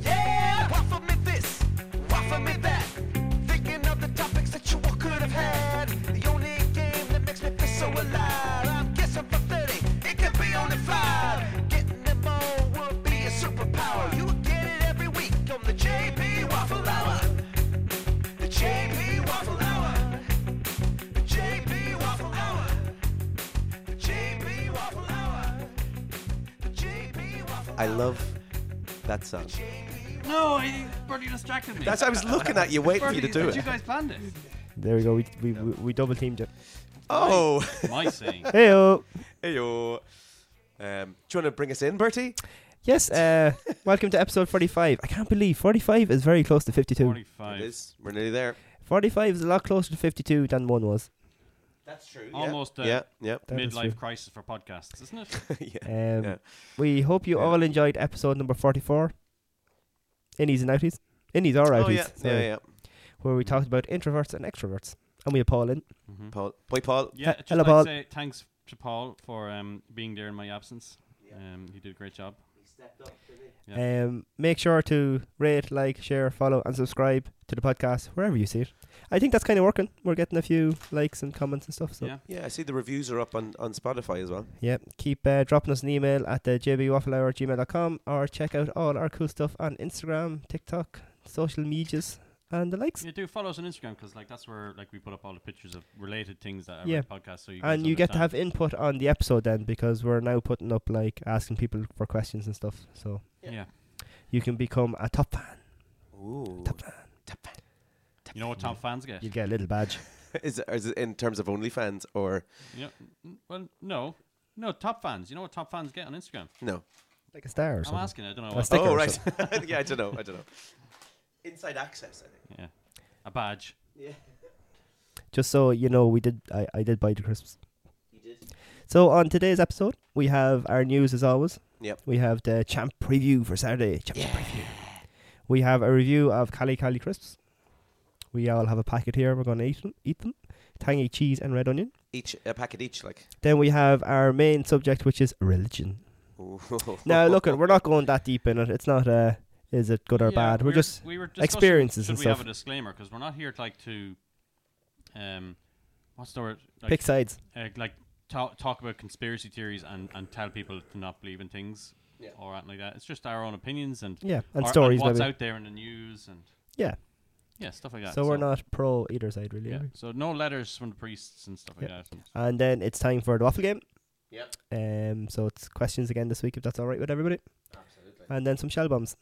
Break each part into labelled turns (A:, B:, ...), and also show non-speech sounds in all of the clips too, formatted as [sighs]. A: Yeah, waffle me this, waffle me that. Thinking of the topics that you all could have had. The only game that makes me feel so alive. I'm guessing from 30, it could be only five. Getting them all would be a superpower. You would get it every week on the JP Waffle Hour. The JP Waffle Hour. The JP Waffle Hour. The JP Waffle Hour. The JP Waffle Hour.
B: I love that song.
C: No, I, Bernie distracted me.
B: That's I was looking at you, waiting for you to do
C: did you
B: it.
C: guys plan this?
D: There we go. We we, we, we double teamed it.
B: Oh,
C: [laughs]
B: [laughs]
C: My scene.
D: Heyo.
B: heyo. Um, do you want to bring us in, Bertie?
D: Yes. [laughs] Uh, welcome to episode forty-five. I can't believe forty-five is very close to fifty-two.
C: 45.
B: It is. We're nearly there.
D: Forty-five is a lot closer to fifty-two than one was.
B: That's true.
C: Almost a
B: Yeah, yeah.
D: That is
C: midlife
D: true.
C: crisis for podcasts, isn't it?
B: yeah.
D: Um,
B: Yeah.
D: We hope you all enjoyed episode number forty-four. Innies and outies. Innies or outies.
B: Oh yeah, yeah,
D: sorry,
B: yeah.
D: Where we talked about introverts and extroverts, and we had Paul in.
B: Paul, boy, Paul.
C: Yeah, just
D: hello,
C: like
D: Paul.
C: say thanks to Paul for um, being there in my absence. Um, he did a great job.
D: Um, make sure to rate, like, share, follow, and subscribe to the podcast wherever you see it. I think that's kind of working. We're getting a few likes and comments and stuff. So
C: Yeah.
B: Yeah, I see the reviews are up on, on Spotify as well. [laughs]
D: Yep. Keep uh, dropping us an email at the jbwafflehour gmail.com or check out all our cool stuff on Instagram, TikTok, social medias, and the likes.
C: You do follow us on Instagram because like that's where like we put up all the pictures of related things that are
D: Yeah.
C: in the podcast. So you
D: and
C: guys
D: you get to
C: understand.
D: have input on the episode then because we're now putting up like asking people for questions and stuff. So
C: yeah.
D: you can become a top fan.
B: Ooh.
C: You know what top fans get?
D: You'll get a little badge.
B: Is, it- is it in terms of OnlyFans or
C: Yeah. Mm, Well, no, no top fans. You know what top fans get on Instagram?
B: no?
D: like a star or
C: I'm
D: something.
C: asking. I don't know.
D: A
C: What,
D: sticker
B: oh
D: or
B: right. [laughs]
D: something.
B: yeah, I don't know. I don't know. Inside access, I think.
C: yeah. A badge.
D: Just so you know, we did. I, I did buy the crisps. So on today's episode, we have our news as always.
B: Yep.
D: We have the champ preview for Saturday. Champ preview. We have a review of Cali Cali crisps. We all have a packet here. We're going to eat them. Eat them. Tangy cheese and red onion.
B: Each a packet each, like.
D: Then we have our main subject, which is religion.
B: Ooh. [laughs]
D: Now, look, we're not going that deep in it. It's not uh, is it good or
C: Yeah,
D: bad? We're
C: we were-
D: just
C: we were discussing
D: experiences
C: should
D: and
C: we
D: stuff.
C: have a disclaimer because we're not here to, like to um what's the word like,
D: Pick sides.
C: uh, like talk, talk about conspiracy theories and and tell people to not believe in things or anything like that. It's just our own opinions and
D: Yeah,
C: or-
D: and stories,
C: what's
D: maybe.
C: out there in the news and
D: Yeah.
C: yeah stuff like that.
D: so we're not pro either side, really.
C: Yeah.
D: are we?
C: So no letters from the priests and stuff like
D: Yeah.
C: that. And
D: And then it's time for the waffle game. Yep. Um, so it's questions again this week, if that's all right with everybody. Absolutely. And then some shell bombs.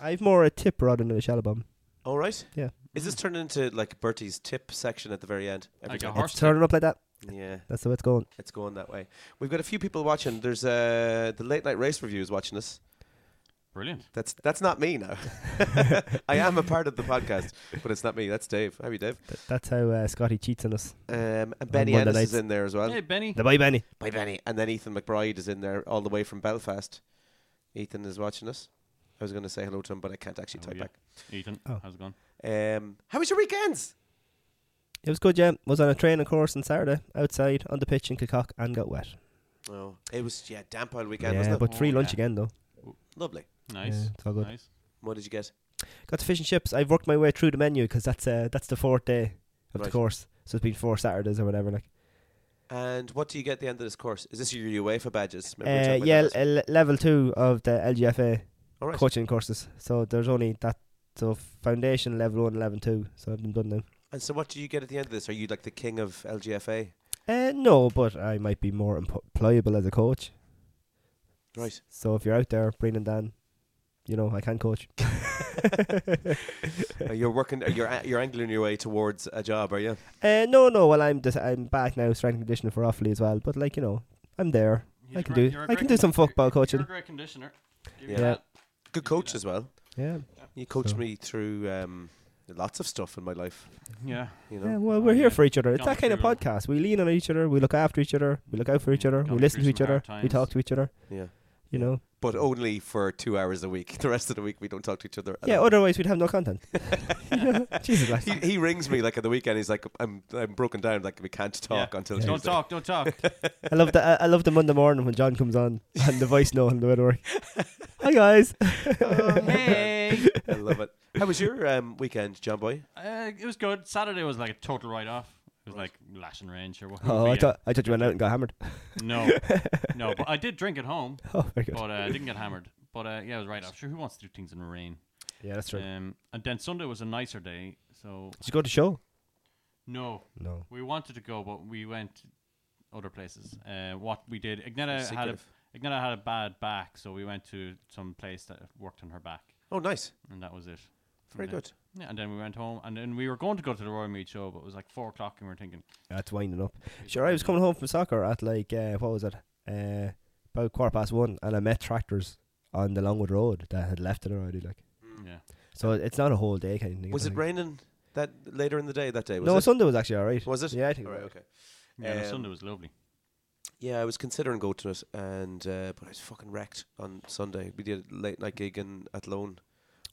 D: I've more a tip rather than a shell bomb.
B: All right.
D: Yeah.
B: Is this turned into like Bertie's tip section at the very end?
C: Like a
B: time?
C: horse
D: It's turning up like that.
B: Yeah,
D: That's the way it's going.
B: it's going that way. We've got a few people watching. There's uh, the late night race review is watching us.
C: Brilliant.
B: That's that's not me now. [laughs] I am a part of the podcast, but it's not me. That's Dave. How are you, Dave?
D: Th- that's how uh, Scotty cheats on us.
B: Um, and Benny
D: Monday
B: Ennis is
D: nights.
B: in there as well.
C: Hey Benny.
D: The bye, Benny.
B: Bye, Benny. And then Ethan McBride is in there all the way from Belfast. Ethan is watching us. I was going to say hello to him, but I can't actually
C: How are
B: type
C: Ethan,
D: Oh.
C: how's it going?
B: back. Um, how was your weekends?
D: It was good, yeah. Was on a training course on Saturday outside on the pitch in Kilcock and got wet.
B: Oh, it was yeah, damp all weekend,
D: Yeah,
B: wasn't it?
D: but free
C: Oh,
D: lunch
C: yeah.
D: again though.
B: Lovely.
C: Nice.
D: Yeah, it's all good.
C: Nice.
B: What did you get?
D: Got to fish and chips. I've worked my way through the menu because that's uh, that's the fourth day of
B: Right.
D: the course. So it's been four Saturdays or whatever. Like,
B: And what do you get at the end of this course? Is this your UEFA badges? Remember we were
D: Uh,
B: talking about
D: yeah,
B: that last
D: l- level two of the LGFA
B: week? All right.
D: coaching courses. So there's only that. So foundation level one, level two. So I'm done now.
B: And so, what do you get at the end of this? Are you like the king of LGFA?
D: Uh, no, but I might be more imp- pliable as a coach.
B: Right.
D: So if you're out there, Brendan Dan, you know I
B: [laughs]
D: can coach. [laughs]
B: Uh, you're working. uh, You're a- you're angling your way towards a job, are you?
D: Uh, no, no. Well, I'm just, I'm back now, strength and conditioning for Offaly as well. But like you know, I'm there.
C: He's
D: I
C: a
D: can
C: great-
D: do.
C: you're a
D: I
C: great
D: can do some
C: con-
D: football
C: you're- You're
D: coaching.
C: a great conditioner. Give
B: Yeah.
C: you that.
B: Good coach as well.
D: Yeah.
B: You coached
D: So-
B: me through um, lots of stuff in my life.
C: Yeah.
B: You know.
D: Yeah. Well, we're
C: Oh,
D: here
C: yeah.
D: for each other. It's
C: Gone
D: that kind of
C: through-
D: podcast. We lean on each other. We look after each other. We look out for each other.
C: Gone
D: We listen
C: through
D: to each
C: some
D: other.
C: hard
D: We
C: times.
D: talk to each other.
B: Yeah.
D: You know.
B: But only for two hours a week. [laughs] The rest of the week we don't talk to each other. at
D: Yeah.
B: all.
D: Otherwise, we'd have
B: [laughs]
D: no content. [laughs] Jesus. Like,
B: He, he rings me like at the weekend. He's like, "I'm I'm broken down. Like we can't talk
C: Yeah.
B: until
C: Don't
B: Tuesday."
C: talk. Don't
D: [laughs]
C: talk.
D: I love the I, I love the Monday morning when John comes on and the voice note on
B: [laughs]
D: the way Hi guys.
B: Oh,
C: hey.
B: I love it. How was your um, weekend, John Boy?
C: Uh, it was good. Saturday was like a total write off. It was like lashing rain, sure. what-
D: [laughs]
C: but
D: Oh, I
C: yeah.
D: thought I thought you went out and got hammered. [laughs]
C: No, no, but I did drink at home,
D: Oh, very good.
C: but uh, I didn't get hammered. But uh, yeah, it was right off. Sure, who wants to do things in rain?
D: Yeah, that's true.
C: Um, and then Sunday was a nicer day, so
D: Did you go to show?
C: no,
D: No.
C: we wanted to go, but we went other places. Uh, what we did, Igneta Uh, had a
B: Secretive.
C: Igneta had a bad back, so we went to some place that worked on her back,
B: Oh, nice.
C: and that was it.
B: Very good.
C: Yeah, and then we went home, and then we were going to go to the Royal Mead show, but it was like four o'clock, and we were thinking,
D: That's winding up. Sure, I was coming home from soccer at like uh, what was it? Uh, about quarter past one, and I met tractors on the Longwood Road that had left it already. Like,
C: yeah,
D: so it's not a whole day kind of thing. I
B: Was it
D: think.
B: raining that later in the day that day? Was
D: no,
B: it?
D: Sunday was actually all right.
B: was it?
D: Yeah, I think.
B: All right.
D: it was.
B: Okay.
C: yeah, no,
B: Um,
C: Sunday was lovely.
B: Yeah, I was considering going to it, and uh, but I was fucking wrecked on Sunday. We did a late night gig in at Lone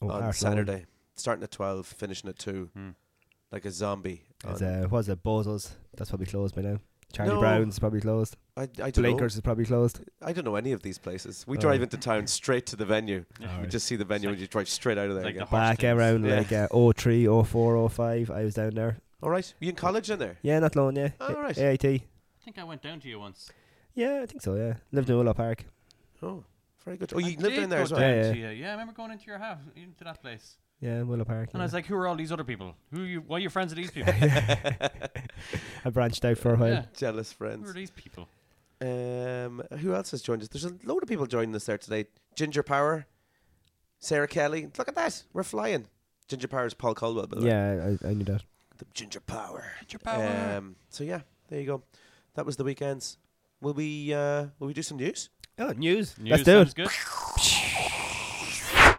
D: Oh,
B: on
D: Heartland
B: Saturday, starting at twelve, finishing at two,
C: Hmm.
B: like a zombie.
D: Is,
B: on-
D: uh, what was it? Bozos. That's probably closed by now. Charlie
B: No.
D: Brown's probably closed.
B: I, I don't
D: Blinkers is probably closed.
B: know. I don't know any of these places. We
D: Oh.
B: drive into town straight to the venue.
C: [laughs] Yeah.
B: We just see the venue and you drive straight out of there
C: like
B: again.
C: the Horse
D: Back
C: tails.
D: around
B: Yeah.
D: like uh, 03, 04, 05, I was down there.
B: All right, you in college in there?
D: Yeah, not long, yeah.
B: Oh, right.
D: AIT.
C: I think I went down to you once.
D: Yeah, I think so, yeah. Lived in Willow Park.
B: Oh, very good. Oh,
C: I
B: you lived
C: did
B: in there
C: go
B: as well.
C: down
D: Yeah,
C: to you. yeah, I remember going into your house, into that place.
D: Yeah, in Willow Park.
C: And
B: [laughs]
D: yeah.
C: I was like, who are all these other people? Who are you, why are you friends with these people?
D: [laughs] I branched out for a while.
C: Yeah.
B: Jealous
C: who are
B: friends.
C: these people?
B: Um, who else has joined us? There's a load of people joining us there today. Ginger Power, Sarah Kelly. Look at that, we're flying. Ginger Power is Paul Caldwell, by the way.
D: Yeah, I, I knew that.
B: The ginger power. Ginger
C: power.
B: Um, so yeah, there you go. That was the weekends. Will we uh, will we do some news?
D: Oh, news.
C: News
D: Let's do
C: sounds
D: it.
C: Good.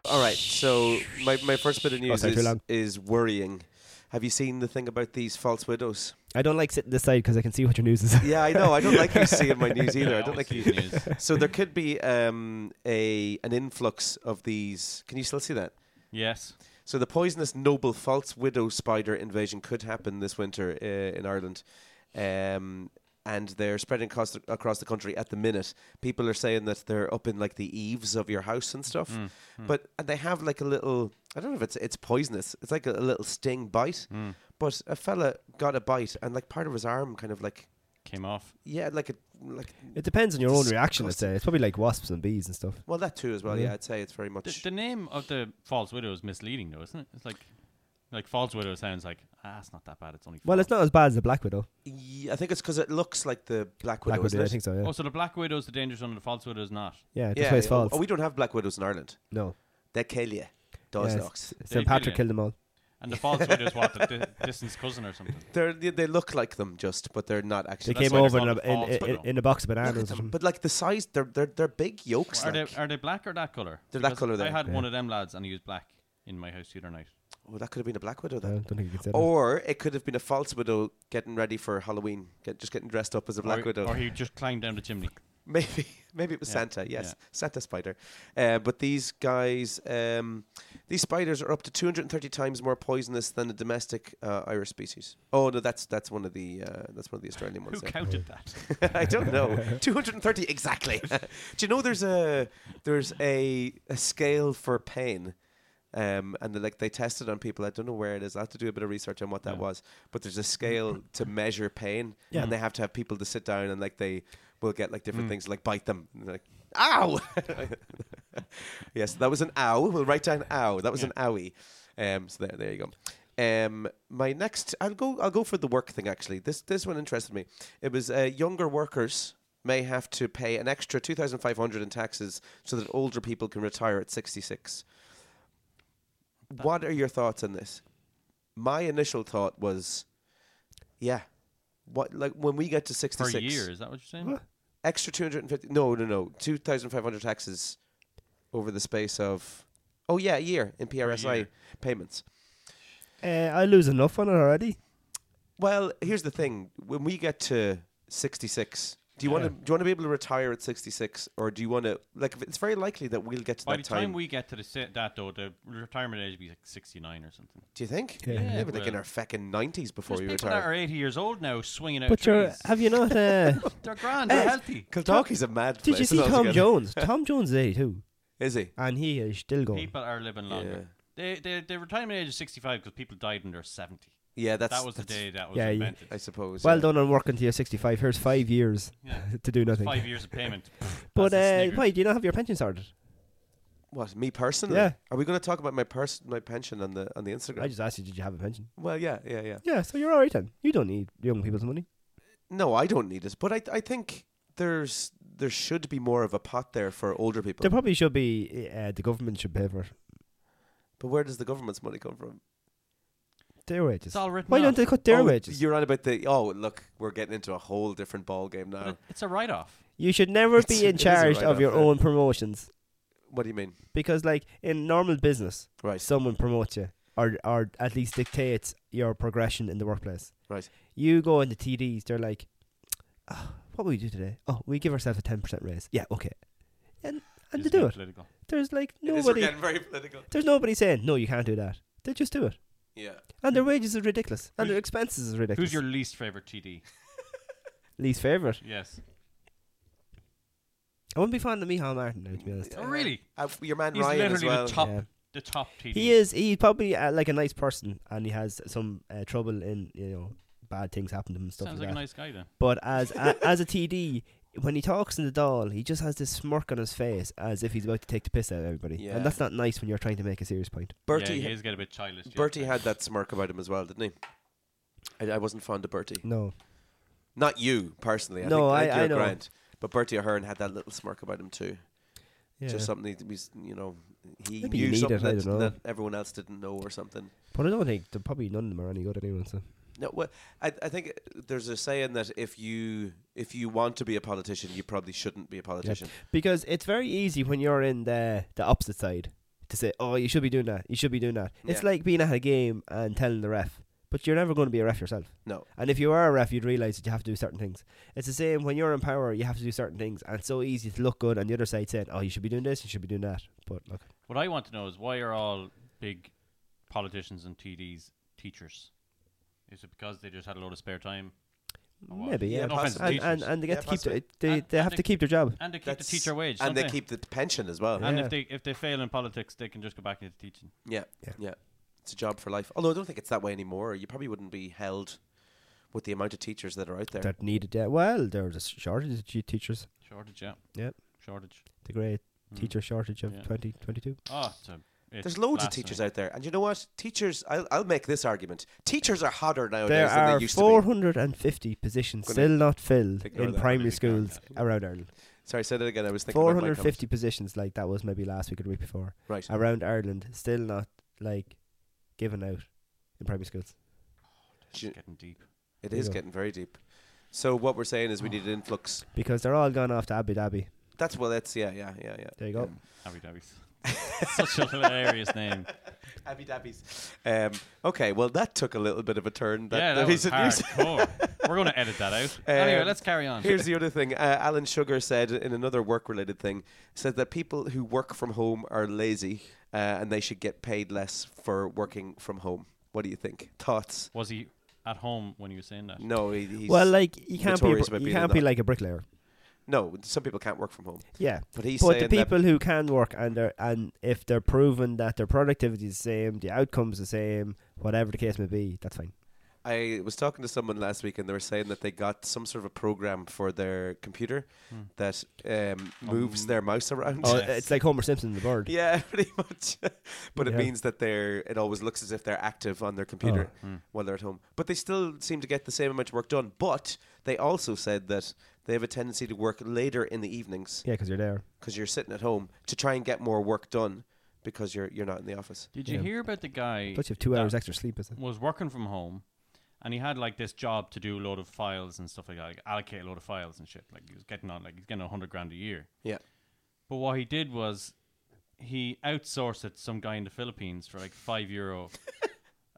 B: All right. So my, my first bit of news
D: sorry, too
B: is,
D: long.
B: is worrying. Have you seen the thing about these false widows?
D: I don't like sitting this side because I can see what your news is.
B: Yeah, I know. I don't like you seeing my [laughs] news either.
C: Yeah,
B: I don't like
C: always
B: you.
C: see
B: [laughs]
C: the news.
B: So there could be um, a an influx of these. Can you still see that?
C: yes.
B: So the poisonous noble false widow spider invasion could happen this winter uh, in Ireland, um, and they're spreading across the, across the country at the minute. People are saying that they're up in like the eaves of your house and stuff,
D: Mm,
B: but and they have like a little. I don't know if it's it's poisonous. It's like a, a little sting bite.
D: Mm.
B: But a fella got a bite, and like part of his arm kind of like
C: Came off.
B: yeah, like a like
D: [laughs] It depends on your own reaction, I'd say. It's probably like wasps and bees and stuff.
B: well that too as well.
D: Yeah.
B: Yeah, I'd say it's very much.
C: The, the name of the false widow is misleading, though, isn't it? It's like, like false widow sounds like, ah, it's not that bad. It's only.
D: Well, it's
C: false."
D: not as bad as the Black Widow.
B: Ye- I think it's because it looks like the black widow.
D: Black Widow,
B: isn't
D: I
B: it?
D: think so, yeah.
C: Oh, so the black widow is the dangerous one, and the false widow is not.
D: Yeah, this
B: yeah,
D: way it's
B: oh,
D: false.
B: Oh, we don't have black widows in Ireland.
D: no.
B: They kill you. Does
D: Yeah,
B: looks.
D: S-
C: They kill
D: St. Patrick
C: you.
D: killed them all.
C: And the false widow is what the di- distance cousin or something.
B: They're, they they look like them just, but they're not actually.
D: They
C: that's
D: came
C: why they're
D: over in a,
C: called
D: in,
C: false
D: in,
C: widow.
D: in a box of bananas.
B: Look
D: or
B: at them,
D: something.
B: but like the size, they're they're they're big yolks.
C: Are they
B: like.
C: are they black or that color?
B: They're that colour
C: I
B: there.
C: had one of them lads, and he was black in my house the other night.
B: oh, that could have been a black widow
D: I
B: then.
D: don't think you can say that.
B: Or it could have been a false widow getting ready for Halloween, get, just getting dressed up as a black
C: or,
B: widow.
C: Or he just climbed down the chimney.
B: [laughs] maybe maybe it was
C: Yeah,
B: Santa. Yes, Santa spider. Uh, but these guys, um, these spiders are up to 230 times more poisonous than the domestic uh, Irish species. Oh no, that's that's one of the uh, that's one of the Australian
C: Who
B: ones. yeah.
C: counted
B: [laughs]
C: that?
B: I don't know. 230 [laughs] exactly. Do you know there's a there's a, a scale for pain Um, and they, like they tested on people. I don't know where it is. I have to do a bit of research on what that
C: Yeah.
B: was. But there's a scale to measure pain,
D: Yeah.
B: and they have to have people to sit down and like they will get like different things, like bite them, and they're like ow. [laughs] yes, that was an ow. We'll write down ow. That was an owie. Um, so there, there you go. Um, my next, I'll go. I'll go for the work thing. Actually, this this one interested me. It was uh, younger workers may have to pay an extra two thousand five hundred in taxes so that older people can retire at sixty six. What are your thoughts on this? My initial thought was, yeah, what like when we get to sixty
C: per
B: six
C: year. Is that what you're saying?
B: extra 250 no no no 2500 taxes over the space of oh yeah a year in prsi
C: year.
B: payments
D: Uh, I lose enough on it already.
B: well here's the thing when we get to 66 do you want to do you want to be able to retire at 66 or do you want to like if it's very likely that we'll get to
C: By
B: that
C: the
B: time,
C: time, we get to the si- that though, the retirement age will be like 69 or something.
B: do you think
D: Yeah. Yeah,
B: we're like in
C: well.
B: our fucking 90s before
C: There's
B: we
C: people that
B: retire
C: are 80 years old now swinging out
D: But you're,
C: trees.
D: have you
C: [laughs]
D: not? Uh,
C: They're grand. They're healthy.
B: Kiltalky's a mad
D: did
B: place
D: you see Tom
B: altogether. [laughs]
C: [laughs]
D: Jones? Tom Jones is 82,
B: is he
D: and he is still going.
C: People are living longer. They, they, the retirement age is 65 because people died when they're 70.
B: yeah that's
C: that was the
B: that's-
D: [laughs]
C: day that was
D: Yeah, yeah.
C: invented.
B: i suppose
D: Well
B: yeah.
D: done on working to your 65. Here's five years
C: Yeah.
D: [laughs] to do nothing.
C: Five years of
D: [laughs]
C: payment. Pfft,
D: But
C: that's a
D: uh,
C: snigger.
D: why do you not have your pension started?
B: what me personally
D: Yeah.
B: are we going to talk about my pers- my pension on the on the instagram
D: I just asked you, did you have a pension?
B: well yeah yeah yeah
D: Yeah, so you're all right then. You don't need young people's money.
B: No, I don't need it, but I I think there's there should be more of a pot there for older people.
D: There probably should be. Uh, the government should pay for it.
B: but where does the government's money come from?
D: Their wages.
C: It's all written
D: Why don't
C: off.
D: they cut their
B: Oh,
D: wages?
B: You're on about the oh look, we're getting into a whole different ball game
C: But
B: now.
C: it- it's a write off.
D: You
C: [laughs]
D: should never
B: It's-
D: be
B: it
D: in
B: is a
D: charge of
B: write-off,
D: your
B: yeah.
D: own promotions
B: What do you mean?
D: because, like in normal business,
B: Right.
D: someone promotes you or or at least dictates your progression in the workplace.
B: Right.
D: You go into TDs, they're like, oh, "What will we do today? Oh, we give ourselves a ten percent raise. Yeah, okay." And and they do it.
C: Political.
D: There's like
B: It is, we're
D: nobody.
B: getting very political.
D: There's nobody saying no. You can't do that. They just do it,
B: Yeah.
D: and their wages is ridiculous, and their
C: Who's-
D: expenses is ridiculous.
C: Who's your least favorite TD?
D: least favorite?
C: Yes.
D: I wouldn't be fond of Michal Martin now, to be honest.
C: Oh, really?
B: Uh, your man
C: He's
B: Ryan as
C: literally
B: well.
C: the top,
D: Yeah.
C: the top TD.
D: He is. He's probably uh, like a nice person, and he has some uh, trouble in you know bad things happen to him and stuff
C: Sounds
D: like
C: like
D: that.
C: a nice guy then.
D: But as a, as a TD, when he talks in the doll, he just has this smirk on his face as if he's about to take the piss out of everybody,
B: Yeah.
D: and that's not nice when you're trying to make a serious point.
B: Bertie.
C: yeah, he is getting a bit childish. yeah.
B: Bertie had that smirk about him as well, didn't he? I, I wasn't fond of Bertie.
D: No,
B: Not you personally. I
D: No,
B: think,
D: I-
B: think
D: I
B: you're
D: know.
B: grand. But Bertie O'Hearn had that little smirk about him too.
D: yeah.
B: Just something that was, you know, he
D: Maybe you
B: knew
D: need
B: something
D: it, I
B: that,
D: don't know.
B: that everyone else didn't know or something.
D: but I don't think there probably none of them are any good anyway. So
B: No, well, I, I think uh, there's a saying that if you if you want to be a politician, you probably shouldn't be a politician.
D: because it's very easy when you're in the the opposite side to say, oh, you should be doing that, you should be doing that. It's
B: Yeah.
D: like being at a game and telling the ref, but you're never going to be a ref yourself.
B: No,
D: And if you are a ref, you'd realise that you have to do certain things. It's the same when you're in power, you have to do certain things, and it's so easy to look good on the other side saying, "Oh, you should be doing this, you should be doing that." But look,
C: What I want to know is why are all big politicians and TDs teachers? Is it because they just had a lot of spare time? Or what?
D: maybe
B: Yeah,
D: yeah,
C: no offense to
D: and,
C: teachers.
D: and and they
B: Yeah,
D: get to keep
B: possibly.
D: their, they
C: And-
D: they
C: and
D: have
C: they-
D: to keep their job.
C: and they keep the teacher wage,
B: and they,
C: don't they?
B: keep the pension as well. Yeah.
C: And
D: Yeah.
C: if they if they fail in politics, they can just go back into teaching.
B: Yeah.
D: Yeah.
B: it's a job for life. Although I don't think it's that way anymore. You probably wouldn't be held with the amount of teachers that are out there.
D: That needed. Yeah, well, there's a shortage of te- teachers.
C: Shortage, yeah,
D: Yep,
C: shortage.
D: the great
B: Mm.
D: teacher shortage of
C: Yeah.
D: 2022.
C: Oh, it's a, it's
B: there's loads of teachers out there, and you know what? Teachers, I'll, I'll make this argument: teachers are hotter nowadays
D: There
B: than
D: are
B: they used to be.
D: 450 positions still not filled
B: ignore
D: in
B: that.
D: primary
C: Ignore that.
D: schools around Ireland.
B: Sorry, say that again. I was thinking. about my comment.
D: 450 positions, like that was maybe last week or the week before.
B: Right.
D: around Ireland still not like given out in primary schools.
B: Ju-
C: Getting deep.
B: It
D: There you
B: is
D: go.
B: getting very deep. So what we're saying is we need an influx.
D: Because they're all gone off to Abu Dhabi.
B: That's well. That's yeah, yeah, yeah, yeah.
D: There you go.
C: Abu [laughs] Dhabi's such a hilarious name.
B: Abby Dabbies. Um, okay, well, that took a little bit of a turn. That,
C: yeah,
B: that
C: that was
B: recent news.
C: hardcore. We're going to edit
B: [laughs]
C: that out. anyway,
B: Um,
C: let's carry
B: [laughs]
C: on.
B: Here's the other thing. Uh, Alan Sugar said in another work-related thing, said that people who work from home are lazy uh, and they should get paid less for working from home. What do you think? Thoughts?
C: Was he at home when he was saying that?
B: No, he, he's
D: Well, like you can't be a
B: notorious
D: br-
B: about
D: you
B: being
D: can't be
B: that.
D: like a bricklayer.
B: No, some people can't work from home.
D: Yeah,
B: But he's
D: but the
B: saying that-
D: people who can work and they're, and if they're proven that their productivity is the same, the outcome's the same, whatever the case may be, that's fine.
B: I was talking to someone last week, and they were saying that they got some sort of a program for their computer that um, moves their mouse around. [laughs]
D: Oh,
C: Yes.
D: it's like Homer Simpson the bird.
B: Yeah, [laughs] pretty much. but it
D: Yeah.
B: means that they're it always looks as if they're active on their computer
D: Oh, hmm.
B: while they're at home. But they still seem to get the same amount of work done. But they also said that they have a tendency to work later in the evenings
D: Yeah, because you're there.
B: because you're sitting at home to try and get more work done because you're you're not in the office.
C: Did you
D: Yeah.
C: hear about the guy?
D: Plus, you have two
C: that
D: hours extra sleep. Is it?
C: Was working from home, and he had like this job to do a load of files and stuff like that, like allocate a load of files and shit. Like he was getting on, like he's getting a hundred grand a year.
B: Yeah.
C: But what he did was he outsourced it to some guy in the Philippines for like
B: [laughs]
C: five euro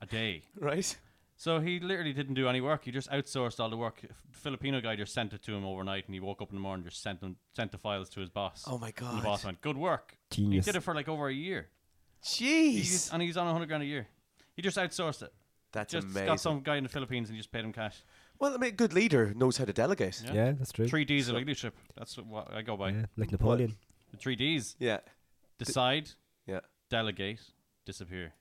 C: a day.
B: Right.
C: So he literally didn't do any work. He just outsourced all the work. F- Filipino guy just sent it to him overnight, and he woke up in the morning just sent him sent the files to his boss.
B: Oh my
C: And
B: God.
C: the boss went, "Good work."
D: Genius.
C: He did it for like over a year, he
B: Jeez.
C: just, and he's on hundred grand a year. He just outsourced it.
B: That's
C: just
B: amazing.
C: got some guy in the Philippines and just paid him cash.
B: Well, I mean, a good leader knows how to delegate.
C: Yeah.
D: Yeah, that's true.
C: Three D's of leadership. That's what I go by.
D: Yeah, like Napoleon.
C: The three D's:
B: Yeah. [laughs]
C: decide,
B: Yeah.
C: delegate, disappear.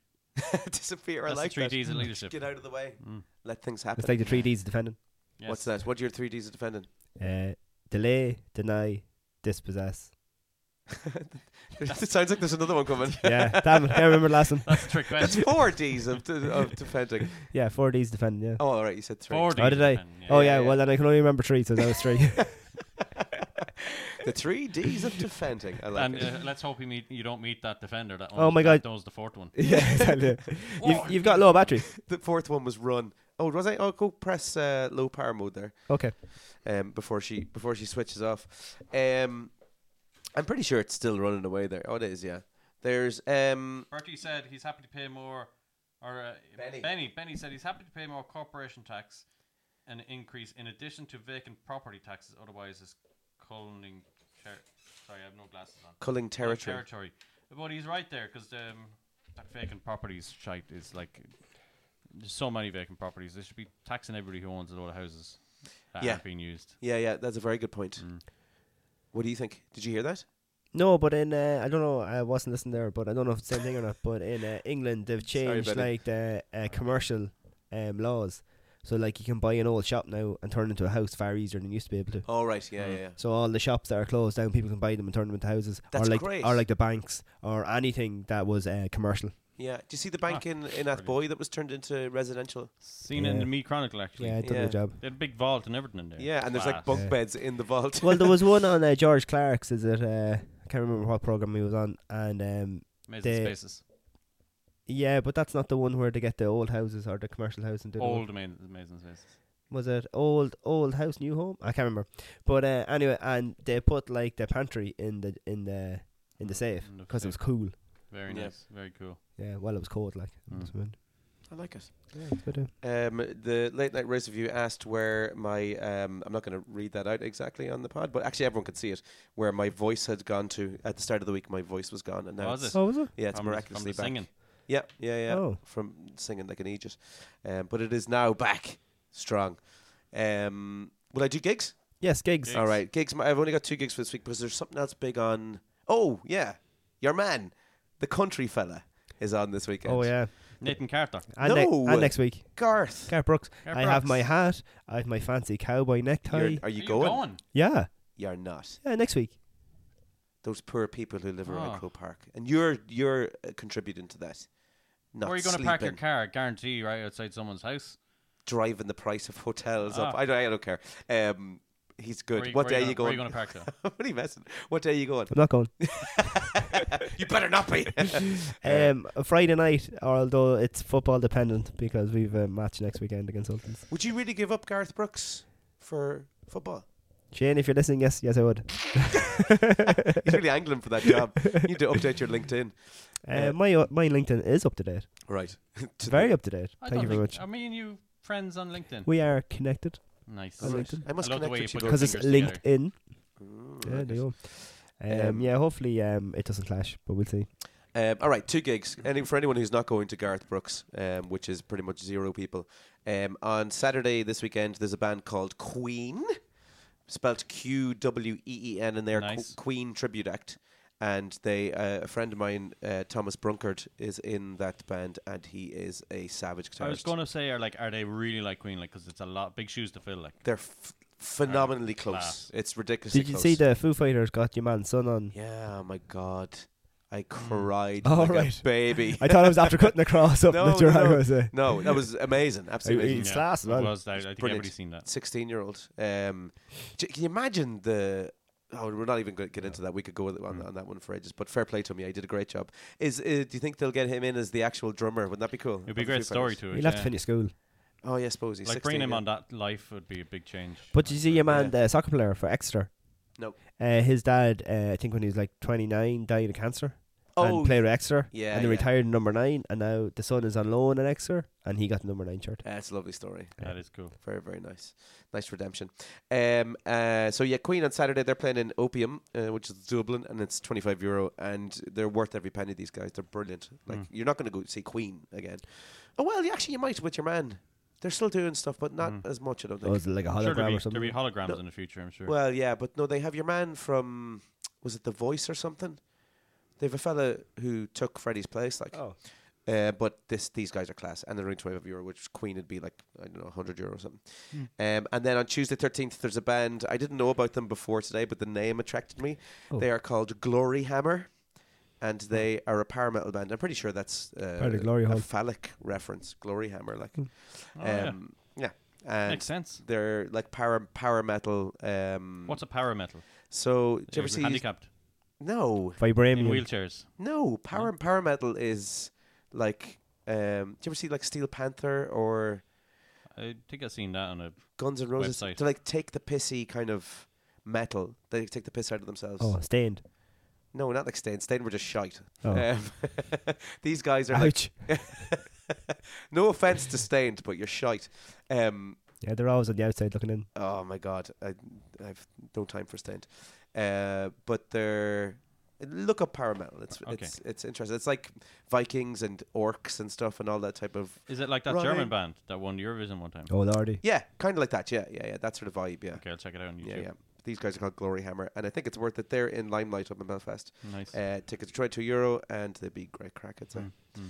B: Disappear. I
C: That's
B: like
C: the three
B: that.
C: D's of leadership.
B: Get out of the way. Let things happen.
D: It's like the three Ds defending.
C: Yes.
B: What's that? What are your three D's of defending?
D: Uh, delay, deny, dispossess.
B: it sounds like there's another one coming.
D: Yeah, damn it, can't remember the last one.
C: That's a
B: [laughs]
C: trick
B: That's
C: question.
B: four D's of, de- of defending.
D: Yeah, four Ds defending. Yeah.
B: Oh, all right, you said three.
C: Four
D: Oh,
C: Ds
D: did I?
C: defending,
D: Oh,
C: yeah.
D: yeah,
B: yeah.
D: Well, then I can only remember three, so that was three. [laughs]
B: The three D's of defending. I like
C: And
B: it.
C: uh, let's hope you meet, you don't meet that defender. That
D: Oh
C: one-
D: my
C: that
D: God.
C: That was the fourth one.
D: yeah, exactly. You've, you've got low battery.
B: The fourth one was run. Oh, was I? Oh, go press uh, low power mode there
D: Okay.
B: um, before she before she switches off. Um, I'm pretty sure it's still running away there. Oh, it is. Yeah. There's um.
C: Bertie said he's happy to pay more, or uh,
B: Benny.
C: Benny. Benny said he's happy to pay more corporation tax, an increase in addition to vacant property taxes. Otherwise, is culling. Ter- sorry, I have no glasses on.
B: Culling
C: Culling
B: territory.
C: territory. But he's right there because um, that vacant properties shite is like there's so many vacant properties. They should be taxing everybody who owns a lot of houses that
B: Yeah.
C: aren't being used.
B: Yeah, yeah. That's a very good point.
D: Mm.
B: What do you think? Did you hear that?
D: No, but in uh, I don't know. I wasn't listening there, but I don't know if it's the same thing or not. But in uh, England, they've
B: Sorry,
D: changed
B: buddy.
D: like the uh, commercial um, laws. So like you can buy an old shop now and turn it into a house far easier than you used to be able to.
B: All right. Yeah, yeah, yeah.
D: So all the shops that are closed down, people can buy them and turn them into houses,
B: That's
D: or like
B: great.
D: or like the banks or anything that was uh, commercial.
B: Yeah. Do you see the
C: Ah,
B: bank in in Athboy that was turned into residential?
C: Seen in
D: Yeah.
C: the Me Chronicle actually.
D: Yeah, it done
B: Yeah.
D: the job.
C: They had a big vault and everything in there.
B: Yeah, and there's like
C: Class.
B: bunk
D: Yeah.
B: beds in the vault.
D: well, there was one on uh, George Clark's. Is it? Uh, I can't remember what program he was on, and um,
C: Amazing
D: the-
C: spaces.
D: yeah, but that's not the one where they get the old houses or the commercial house and do the
C: Old amazing, amazing spaces.
D: was it old old house new home i can't remember but uh, anyway and they put like the pantry in the in the in
B: Mm,
D: the safe
C: In the
D: because it was
C: safe.
D: cool
C: Very
B: Yeah.
C: nice. Very cool.
D: yeah well it was cold like
C: Mm.
D: That's what-
B: I like it.
D: yeah, that's what I do.
B: Um, the late night race review asked where my um, I'm not going to read that out exactly on the pod, but actually everyone could see it where my voice had gone to at the start of the week. My voice was gone, and now
C: Was
B: it's,
C: it?
D: oh was it
B: yeah, it's
C: From the-
B: miraculously
C: from the
B: back.
C: singing.
B: Yeah, yeah, yeah.
D: Oh.
B: From singing like an Aegis, um, but it is now back strong. Um, will I do gigs?
D: yes gigs
B: All right, gigs. I've only got two gigs for this week because there's something else big on. Oh yeah, your man, the country fella, is on this weekend.
D: oh yeah
C: Nathan Carter.
D: and, ne-
B: No.
D: and next week
B: Garth.
D: Garth Brooks.
C: Garth
D: I have
C: Brooks.
D: my hat. I have my fancy cowboy necktie.
B: You're- are you
C: Are
B: going?
C: You going?
D: yeah,
B: You're not.
D: yeah. Next week.
B: those poor people who live around
C: Ah.
B: Crow Park, and you're you're uh, contributing to that. Not
C: Where are you going
B: sleeping,
C: to park your car? Guarantee right outside someone's house.
B: driving the price of hotels up.
C: Ah.
B: I don't, I don't care. Um, he's
C: Where
B: good.
C: you-
B: what
C: where
B: day are you
C: gonna-
B: going?
C: Where are you going to
B: [laughs]
C: park that?
B: what are you messing? What day are you
C: [laughs]
B: going? [laughs]
D: I'm not going.
B: you better not be. [laughs]
D: Um, Friday night, although it's football dependent because we've a match next weekend against Sultans.
B: Would you really give up Garth Brooks for football?
D: Shane, if you're listening, yes, yes, I would.
B: He's really angling for that job. You need to update
C: [laughs]
B: your LinkedIn.
D: Uh, my uh, my LinkedIn is up to date.
B: Right. [laughs] To
D: Very
B: the-
D: up to date.
C: I
D: Thank
C: don't
D: you very much.
C: think- Are me and you friends on LinkedIn?
D: We are connected
C: nice.
D: on LinkedIn
B: I must
C: I love the
B: connect
C: way
B: with you.
C: you put your
B: Garth.
D: because it's
C: fingers together.
D: LinkedIn.
B: Mm,
D: Yeah,
B: right.
D: there you go. Um,
B: Um,
D: yeah, hopefully um, it doesn't clash, but we'll see.
B: Um, all right, two gigs. Any for anyone who's not going to Garth Brooks, um, which is pretty much zero people. Um, on Saturday this weekend, there's a band called Queen. spelt Q W E E N, and they're Qu-
C: Nice.
B: Queen Tribute Act. And they, uh, a friend of mine, uh, Thomas Brunkard, is in that band, and he is a savage guitarist.
C: I was going to say, are like, are they really like Queen? Like, because it's a lot big shoes to fill. Like,
B: They're f- phenomenally close.
C: class.
B: It's ridiculously
D: Did you
B: close.
D: see the Foo Fighters got your man Sun on?
B: Yeah, oh my God. I
C: Hmm.
B: cried
D: Oh,
B: like
D: right.
B: a baby.
D: [laughs] I thought it was after cutting the [laughs] cross
B: [laughs]
D: up.
B: no,
D: that you're
B: no, no.
D: was a,
B: No, that was amazing. Absolutely.
D: It's class,
C: it
D: man.
C: was. I, I think
B: brilliant.
C: everybody's seen that.
B: 16 year old. Um, j- can you imagine the. Oh, we're not even going to get into that. We could go with-
D: Mm.
B: on, on that one for ages, but fair play to him. Yeah, he did a great job. Is uh, Do you think they'll get him in as the actual drummer? Wouldn't that be cool?
C: It'd be a great story to it.
D: You'll have
C: yeah.
D: to finish school.
B: Oh, yeah, I suppose he's
C: Like
B: 16,
C: bringing him
B: yeah.
C: on that life would be a big change.
D: But you see your man,
B: Yeah.
D: the soccer player for Exeter.
B: No.
D: Uh, his dad, uh, I think when he was like 29, died of cancer
B: Oh,
D: and played with Exeter.
B: yeah,
D: And they
B: yeah.
D: retired in number nine, and now the son is on loan at Exeter, and he got the number nine shirt.
B: that's a lovely story.
C: that is cool.
B: Very, very nice. Nice redemption. Um, uh, so, yeah, Queen on Saturday, they're playing in Opium, uh, which is Dublin, and it's 25 euro, and they're worth every penny, these guys. They're brilliant. Like, you're not going to go see Queen again. Oh, well, yeah, actually, you might with your man. They're still doing stuff, but not as much, I don't
D: Or
B: think.
D: was it like a
C: I'm sure
D: hologram
C: there'll be,
D: or something?
C: there'll be holograms in the future. I'm sure.
B: Well, yeah, but no, they have your man from, was it The Voice or something? They have a fella who took Freddie's place, like.
D: Oh.
B: Uh, but this these guys are class, and they're doing 25 euro, which Queen would be like I don't know 100 euro or something.
D: Hmm.
B: Um, and then on Tuesday 13th, there's a band I didn't know about them before today, but the name attracted me.
D: Oh.
B: They are called Glory Hammer, and they are a power metal band. I'm pretty sure that's uh,
D: Hmm. Part of Glory Hmm. Hole.
B: a phallic reference. Glory Hammer, like,
C: Oh, yeah.
B: um, yeah. and
C: Makes sense.
B: They're like power power metal. Um,
C: What's a power metal?
B: so? Do you ever
C: Is it
B: see?
C: handicapped
B: No,
C: in
D: Vibranium.
C: wheelchairs?
B: no, power power metal is like. Um, do you ever see like Steel Panther or
C: I think I've seen that on a.
B: Guns N' Roses?
C: Website.
B: To like take the pissy kind of metal. They take the piss out of themselves.
D: Oh, stained.
B: No, not like Stain. Stain were just shite.
D: Oh.
B: Um, [laughs] these guys are like.
D: Ouch.
B: No offense to Stained, but you're shite. Um,
D: Yeah, they're always on the outside looking in.
B: oh my god, I, I've no time for Stained. Uh, but they're look up power metal. It's
C: Okay.
B: it's it's interesting. It's like Vikings and orcs and stuff and all that type of
C: Is it like that
B: Running.
C: German band that won Eurovision one time?
D: Oh, lordy.
B: Yeah, kind of like that. Yeah, yeah, yeah. That sort of vibe. Yeah,
C: Okay, I'll check it out on YouTube.
B: yeah, yeah. These guys are called Glory Hammer, and I think it's worth it. They're in Limelight up in Belfast.
C: Nice.
B: Uh, tickets are twenty-two euro, and they'd be great crack. I'd say.
C: Hmm,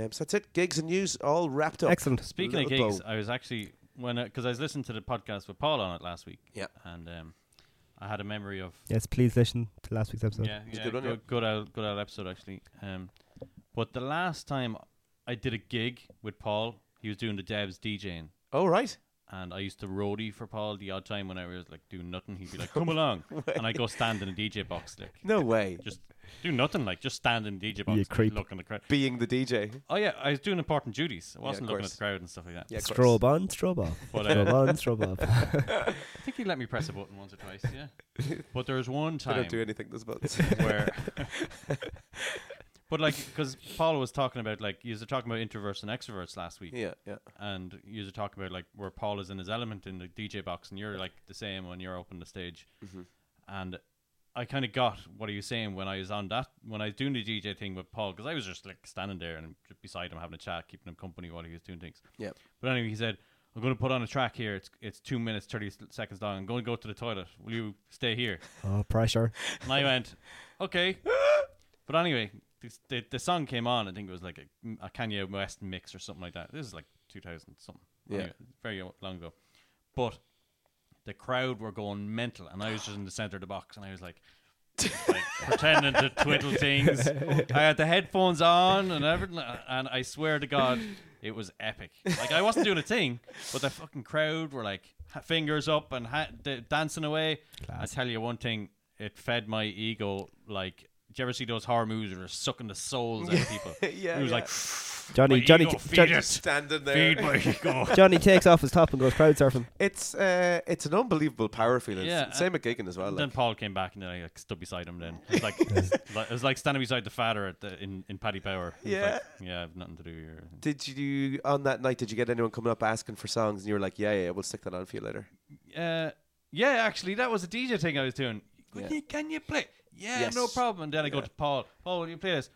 B: Um, so that's it. Gigs and news all wrapped up.
D: Excellent.
C: Speaking of
B: Little
C: gigs,
B: bow.
C: I was actually when because I was listening to the podcast with Paul on it last week.
B: Yeah.
C: and um, I had a memory of
D: Yes, please listen to last week's episode.
C: yeah,
B: a
C: yeah,
B: good
C: good,
B: one, yeah.
C: good, old, good old episode actually. Um, but the last time I did a gig with Paul, he was doing the Debs DJing,
B: Oh right.
C: and I used to roadie for Paul the odd time when I was like doing nothing. He'd be like, "Come along,"
B: [laughs]
C: and I would go stand in a DJ box, like [laughs]
B: No way.
C: just do nothing, like just stand in the DJ box,
D: You
C: like,
D: creep.
C: looking at the crowd.
B: Being the DJ.
C: Oh yeah, I was doing important duties. I
B: of
C: wasn't looking at
B: course.
C: the crowd and stuff like that.
B: Yeah, of course.
D: strobe on, strobe off.
C: But, uh, [laughs]
D: strobe on, strobe off.
C: I think he let me press a button once or twice.
B: [laughs]
C: Yeah, but there was one
B: I
C: time.
B: don't do anything this month. [laughs]
C: where but like because paul was talking about like you were talking about introverts and extroverts last week
B: yeah, yeah.
C: and you were talking about like where paul is in his element in the dj box and you're like the same when you're up on the stage
B: Mm-hmm.
C: and i kind of got what he was saying when i was on that when i was doing the dj thing with paul because i was just like standing there and just beside him having a chat keeping him company while he was doing things
B: Yeah.
C: but anyway he said I'm going to put on a track here. It's it's two minutes thirty s- seconds long. I'm going to go to the toilet. Will you stay here?
D: oh, pressure.
C: And I went, [laughs] okay. But anyway, this, the, the song came on. I think it was like a, a Kanye West mix or something like that. This is like 2000 something.
B: Yeah.
C: Anyway, very o- long ago. But the crowd were going mental, and I was just in the center of the box, and I was like,
B: [laughs]
C: like pretending to twiddle things.
B: Oh,
C: I had the headphones on and everything, and I swear to God, it was epic. Like I wasn't doing a thing, but the fucking crowd were like ha- fingers up and ha- d- dancing away. I tell you one thing, it fed my ego. Like, do you ever see those horror movies where they're sucking the souls out of people?
B: [laughs] Yeah,
C: It was
B: yeah.
C: like my
D: Johnny, Johnny,
C: ego,
D: t-
C: feed
D: Johnny,
C: it. [laughs]
B: Standing
C: feed
B: there.
C: my ego.
D: Johnny takes off his top and goes crowd surfing.
B: It's uh, it's an unbelievable power feeling.
C: Yeah,
B: Yeah,
C: uh,
B: Same at gigging as well.
C: then
B: Like.
C: Paul came back and then I like stood beside him. Then it was like, it was like- it was like standing beside the father at the, in in Paddy Power. It was
B: Yeah.
C: like, yeah, I've nothing to do here.
B: Did you on that night? Did you get anyone coming up asking for songs, and you were like, "Yeah, yeah, we'll stick that on for you later."
C: uh, yeah, actually, that was a DJ thing I was doing. Could
B: Yeah.
C: you, can you play? Yeah, no
B: Yes.
C: problem. And then I go to Paul. Paul, will you play this?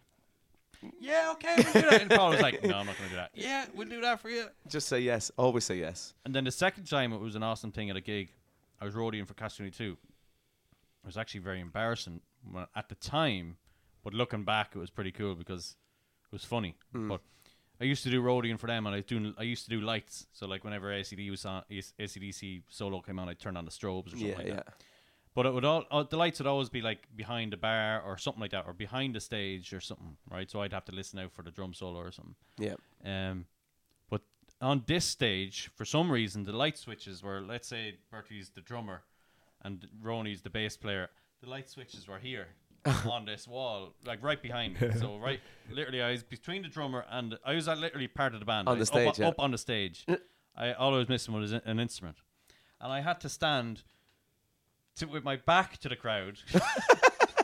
C: Yeah, okay, we'll do that. And Paul was like, "No, I'm not going to do that." [laughs] Yeah, we'll do that for you.
B: Just say yes. Always say yes.
C: And then the second time, it was an awesome thing at a gig. I was roadieing for Castlereagh too. It was actually very embarrassing when- at the time, but looking back, it was pretty cool because it was funny.
B: Mm.
C: But I used to do roadieing for them, and I was doing I used to do lights. So like whenever ACD was on, AC- ACDC solo came on, I would turn on the strobes or something
B: Yeah,
C: like
B: yeah.
C: that. But it would all, all the lights would always be like behind a bar or something like that, or behind the stage or something, right? So I'd have to listen out for the drum solo or something.
B: Yeah.
C: Um, but on this stage, for some reason, the light switches were let's say Bertie's the drummer and Ronnie's the bass player. The light switches were here
B: [laughs]
C: on this wall, like right behind me. So right, literally, I was between the drummer and I was uh, literally part of the band
B: On
C: I
B: the
C: was
B: stage,
C: Up,
B: yeah. Mm.
C: up on the stage, I all I was missing was an instrument, and I had to stand to, with my back to the
B: [laughs]
C: crowd.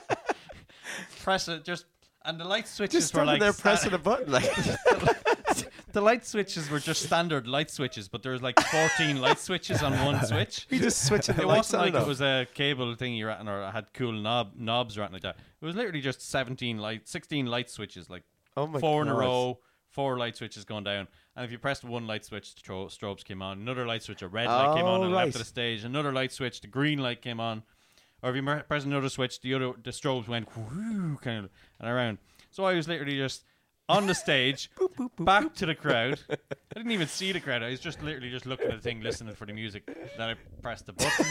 C: [laughs] press it just and the light switches
B: Just
C: were
B: standing
C: like
B: there
C: sta-
B: pressing a button.
C: [laughs]
B: Like, [laughs]
C: the light switches were just standard light switches, but there was like 14 light switches on
B: [laughs]
C: one switch.
B: you just switching the
C: It
B: lights
C: wasn't
B: on
C: like
B: and
C: it
B: off.
C: was a cable thing you're at, or I had cool knob knobs or anything like that. It was literally just 17 light, 16 light switches, like
B: Oh
C: four
B: my
C: in a
B: God.
C: row, four light switches going down. And if you pressed one light switch, the tro- strobes came on. Another light switch, a red light came on
B: Oh,
C: and
B: right.
C: left of the stage. Another light switch, the green light came on. Or if you mer- press another switch, the other the strobes went whoo, kind of and around. So I was literally just on
B: [laughs]
C: the stage, back to the crowd. I didn't even see the crowd. I was just literally just looking at the thing, listening for the music. Then I pressed the button,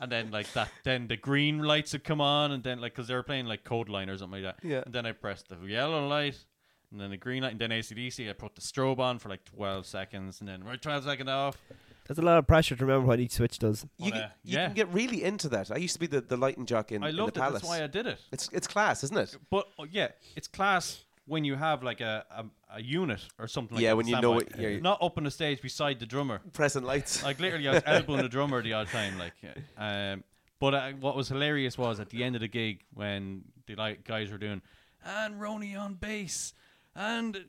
C: and then like that, then the green lights would come on, and then like because they were playing like Code Line or something like that.
B: Yeah.
C: And then I pressed the yellow light. And then the green light, and then ACDC. I put the strobe on for like 12 seconds, and then right 12 second off.
D: There's a lot of pressure to remember what each switch does.
B: You,
C: Well,
B: can,
C: uh,
B: you
C: yeah.
B: can get really into that. I used to be the, the lighting jock in,
C: I
B: in
C: loved
B: the
C: it.
B: palace.
C: That's why I did it.
B: it's it's class, isn't it?
C: But uh, yeah, it's class when you have like a, a, a unit or something like
B: Yeah,
C: that.
B: when you
C: stand
B: know
C: by.
B: it, yeah, you-
C: Not up on the stage beside the drummer.
B: Pressing lights.
C: [laughs] Like literally, I was elbowing the drummer the odd time. Like, yeah. um, but uh, what was hilarious was at the end of the gig when the like, guys were doing, and Ronnie on bass, and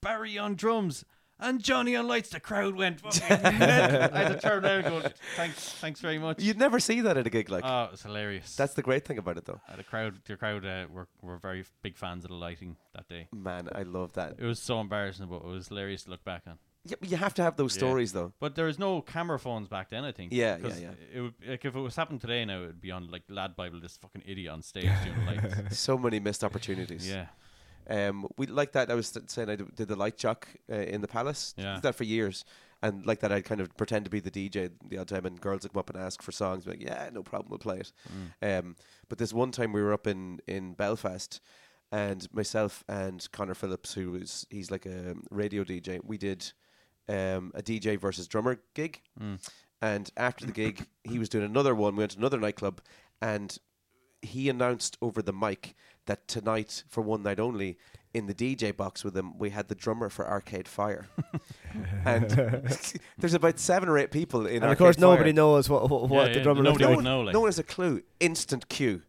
C: Barry on drums. And Johnny on lights, the crowd went. fucking mental. I had to turn around and go, thanks, thanks very much.
B: You'd never see that at a gig like.
C: Oh, it was hilarious.
B: That's the great thing about it, though.
C: Uh, the crowd, the crowd uh, were were very f- big fans of the lighting that day.
B: Man, I love that.
C: It was so embarrassing, but it was hilarious to look back on.
B: Yeah, but You have to have those stories, though.
C: But there was no camera phones back then, I think.
B: Yeah, yeah,
C: 'cause
B: yeah.
C: It would like if it was happening today now, it would be on like Lad Bible, this fucking idiot on stage
B: [laughs]
C: doing lights.
B: So many missed opportunities.
C: Yeah,
B: Um, we like that. I was th- saying I d- did the light jock uh, in the palace.
C: Yeah.
B: Did that for years, and like that, I'd kind of pretend to be the DJ the odd time, and girls would come up and ask for songs. Be like, yeah, no problem, we'll play it. Um, but this one time we were up in in Belfast, and myself and Connor Phillips, who is he's like a radio DJ, we did um, a DJ versus drummer gig. And after the gig, he was doing another one. We went to another nightclub, and he announced over the mic that tonight, for one night only, in the DJ box with him, we had the drummer for Arcade
D: [laughs]
B: Fire. and [laughs] there's about seven or eight people in
D: And of
B: Arcade
D: course, nobody
B: Fire.
D: knows what, what, what
C: yeah,
D: the drummer looks
C: nobody
B: No one,
C: would
D: like.
C: know, like.
B: no one has a clue. Instant cue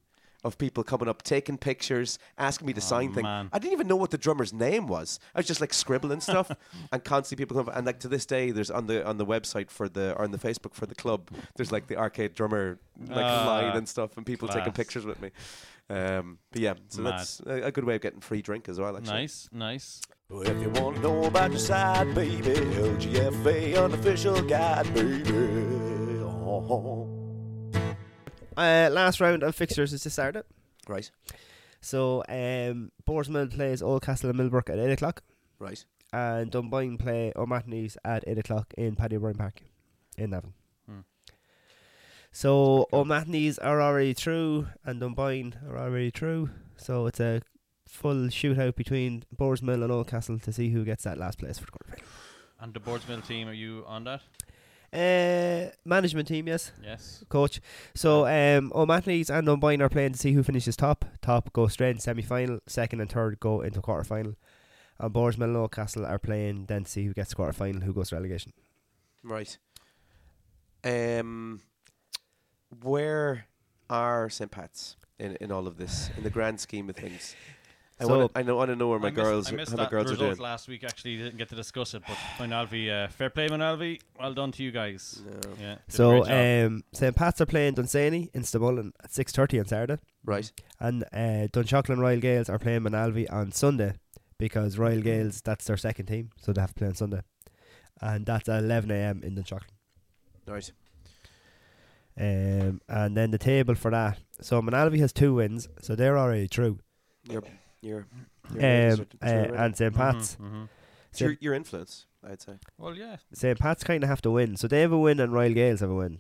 B: of people coming up, taking pictures, asking me to sign things.
C: Oh, man.
B: I didn't even know what the drummer's name was. I was just like scribbling
C: [laughs]
B: stuff, and constantly people come up. And like to this day, there's on the on the website for the or on the Facebook for the club, there's like the arcade drummer like
C: Ah,
B: line and stuff, and people taking
C: class.
B: pictures with me. Um, but yeah, so
C: Mad.
B: that's a, a good way of getting free drink as well. Actually,
C: nice, nice.
E: If you want to know about your side, baby, LGFA unofficial guide, baby. Oh.
D: Uh, last round of fixtures is this Saturday.
B: right,
D: So, um, Borsmouth plays Oldcastle and Millbrook at 8 o'clock,
B: right.
D: and Dunboyne play O'Mahony's at 8 o'clock in Paddy O'Brien Park in Navan.
C: Hmm.
D: So, O'Mahony's are already through, and Dunboyne are already through. So, it's a full shootout between Borsmouth and Oldcastle to see who gets that last place for the quarterfinal.
C: And the Boardsmill team, are you on that?
D: Uh, management team, yes.
C: Yes.
D: coach. So um O'Matney's and Dunboyne are playing to see who finishes top. Top go straight in semi final, second and third go into quarter final. And Borsman and Castle are playing then to see who gets quarter final, who goes to relegation.
B: Right. Um, where are St. Pat's in, in all of this, in the grand scheme of things? I
D: So-
B: want I know, want to know where my
C: I missed-
B: girls,
C: I
B: are-
C: missed
B: how my
C: that
B: girls are
C: result
B: doing.
C: last week. Actually, didn't get to discuss it. But Monalvi, uh, fair play, Monalvi. Well done to you guys. Yeah. did a
D: So
C: great job.
D: um St. Pat's are playing Dunsany in Stamullen at six thirty on Saturday.
B: Right.
D: And uh Dunshaughlin Royal Gales are playing Manalvi on Sunday because Royal Gales that's their second team, so they have to play on Sunday. And that's at eleven AM in Dunshaughlin.
B: Right.
D: Um, and then the table for that. So Manalvi has two wins, so they're already through.
B: Your your your ratings
D: Um, uh,
B: are- are right.
D: and St. Pat's,
C: Mhm.
B: It's your, your influence, I'd say.
C: Well, yeah.
D: St. Pat's kind of have to win. So they have a win and Royal Gales have a win.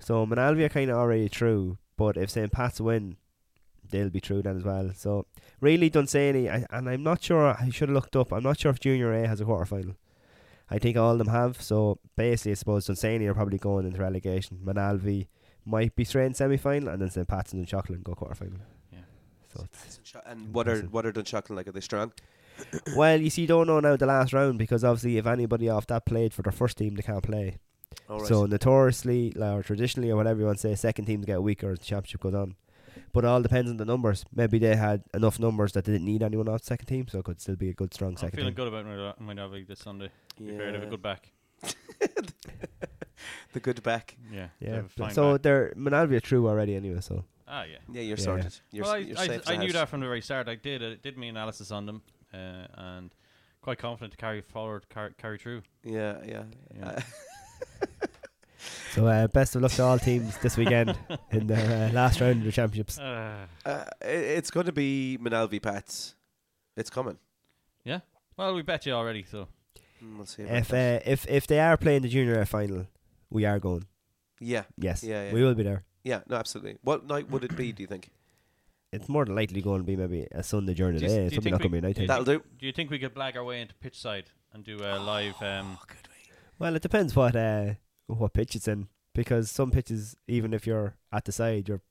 D: So Manalvi are kind of already through, but if St. Pat's win, they'll be through then as well. So really Dunsany, I, and I'm not sure, I should have looked up, I'm not sure if Junior A has a quarterfinal. I think all of them have. So basically, I suppose Dunsany are probably going into relegation. Manalvi might be straight in semi final, and then St. Pat's and Dunchoklin go quarter final.
C: Yeah.
D: So it's,
B: And what are
D: Impressive.
B: what are Dunshaughlin like? Are they strong?
D: well, you see, you don't know now the last round because obviously, if anybody off that played for their first team, they can't play.
B: All right.
D: So notoriously, like, or traditionally, or whatever you want to say, second teams get weaker as the championship goes on. But it all depends on the numbers. Maybe they had enough numbers that they didn't need anyone off second team, so it could still be a good strong
C: I'm
D: second
C: feeling
D: team.
C: good about my, Ra- my Navi League this Sunday. Yeah. They have a
B: Yeah.
C: good back.
B: the good back.
C: Yeah. they
D: Yeah.
C: have a fine
D: So
C: back.
D: they're Manalvi are true already anyway. So
C: ah, yeah.
B: Yeah, you're
D: Yeah.
B: sorted. You're,
C: well,
B: s- you're
C: I,
B: safe as
C: I, I
B: a
C: knew
B: house.
C: that from the very start. I did. I did my analysis on them, uh, and quite confident to carry forward, car- carry through.
B: Yeah, yeah.
C: Yeah.
B: Uh,
D: so uh, best of luck to all teams this weekend
C: [laughs]
D: in their uh, last round of the championships.
C: Uh,
B: uh, i- it's going to be Manalvi Pats. It's coming.
C: yeah. Well, we bet you already. So
B: Mm, We'll see. about
D: If
B: that.
D: uh, if if they are playing the junior A final, we are going.
B: yeah,
D: Yes.
B: Yeah, yeah.
D: We will be there.
B: yeah, no, absolutely. What night would it be? Do you think
D: It's more than likely going to be maybe a Sunday during the
C: Do you s-
D: day.
C: do
D: It's
C: you
D: probably
C: think
D: not going
C: we-
D: to be a night
C: do you
D: time.
B: that'll do?
C: do you think we could blag our way into pitch side and do a live? Um,
D: Well, it depends what uh what pitch it's in because some pitches, even if you're at the side, you're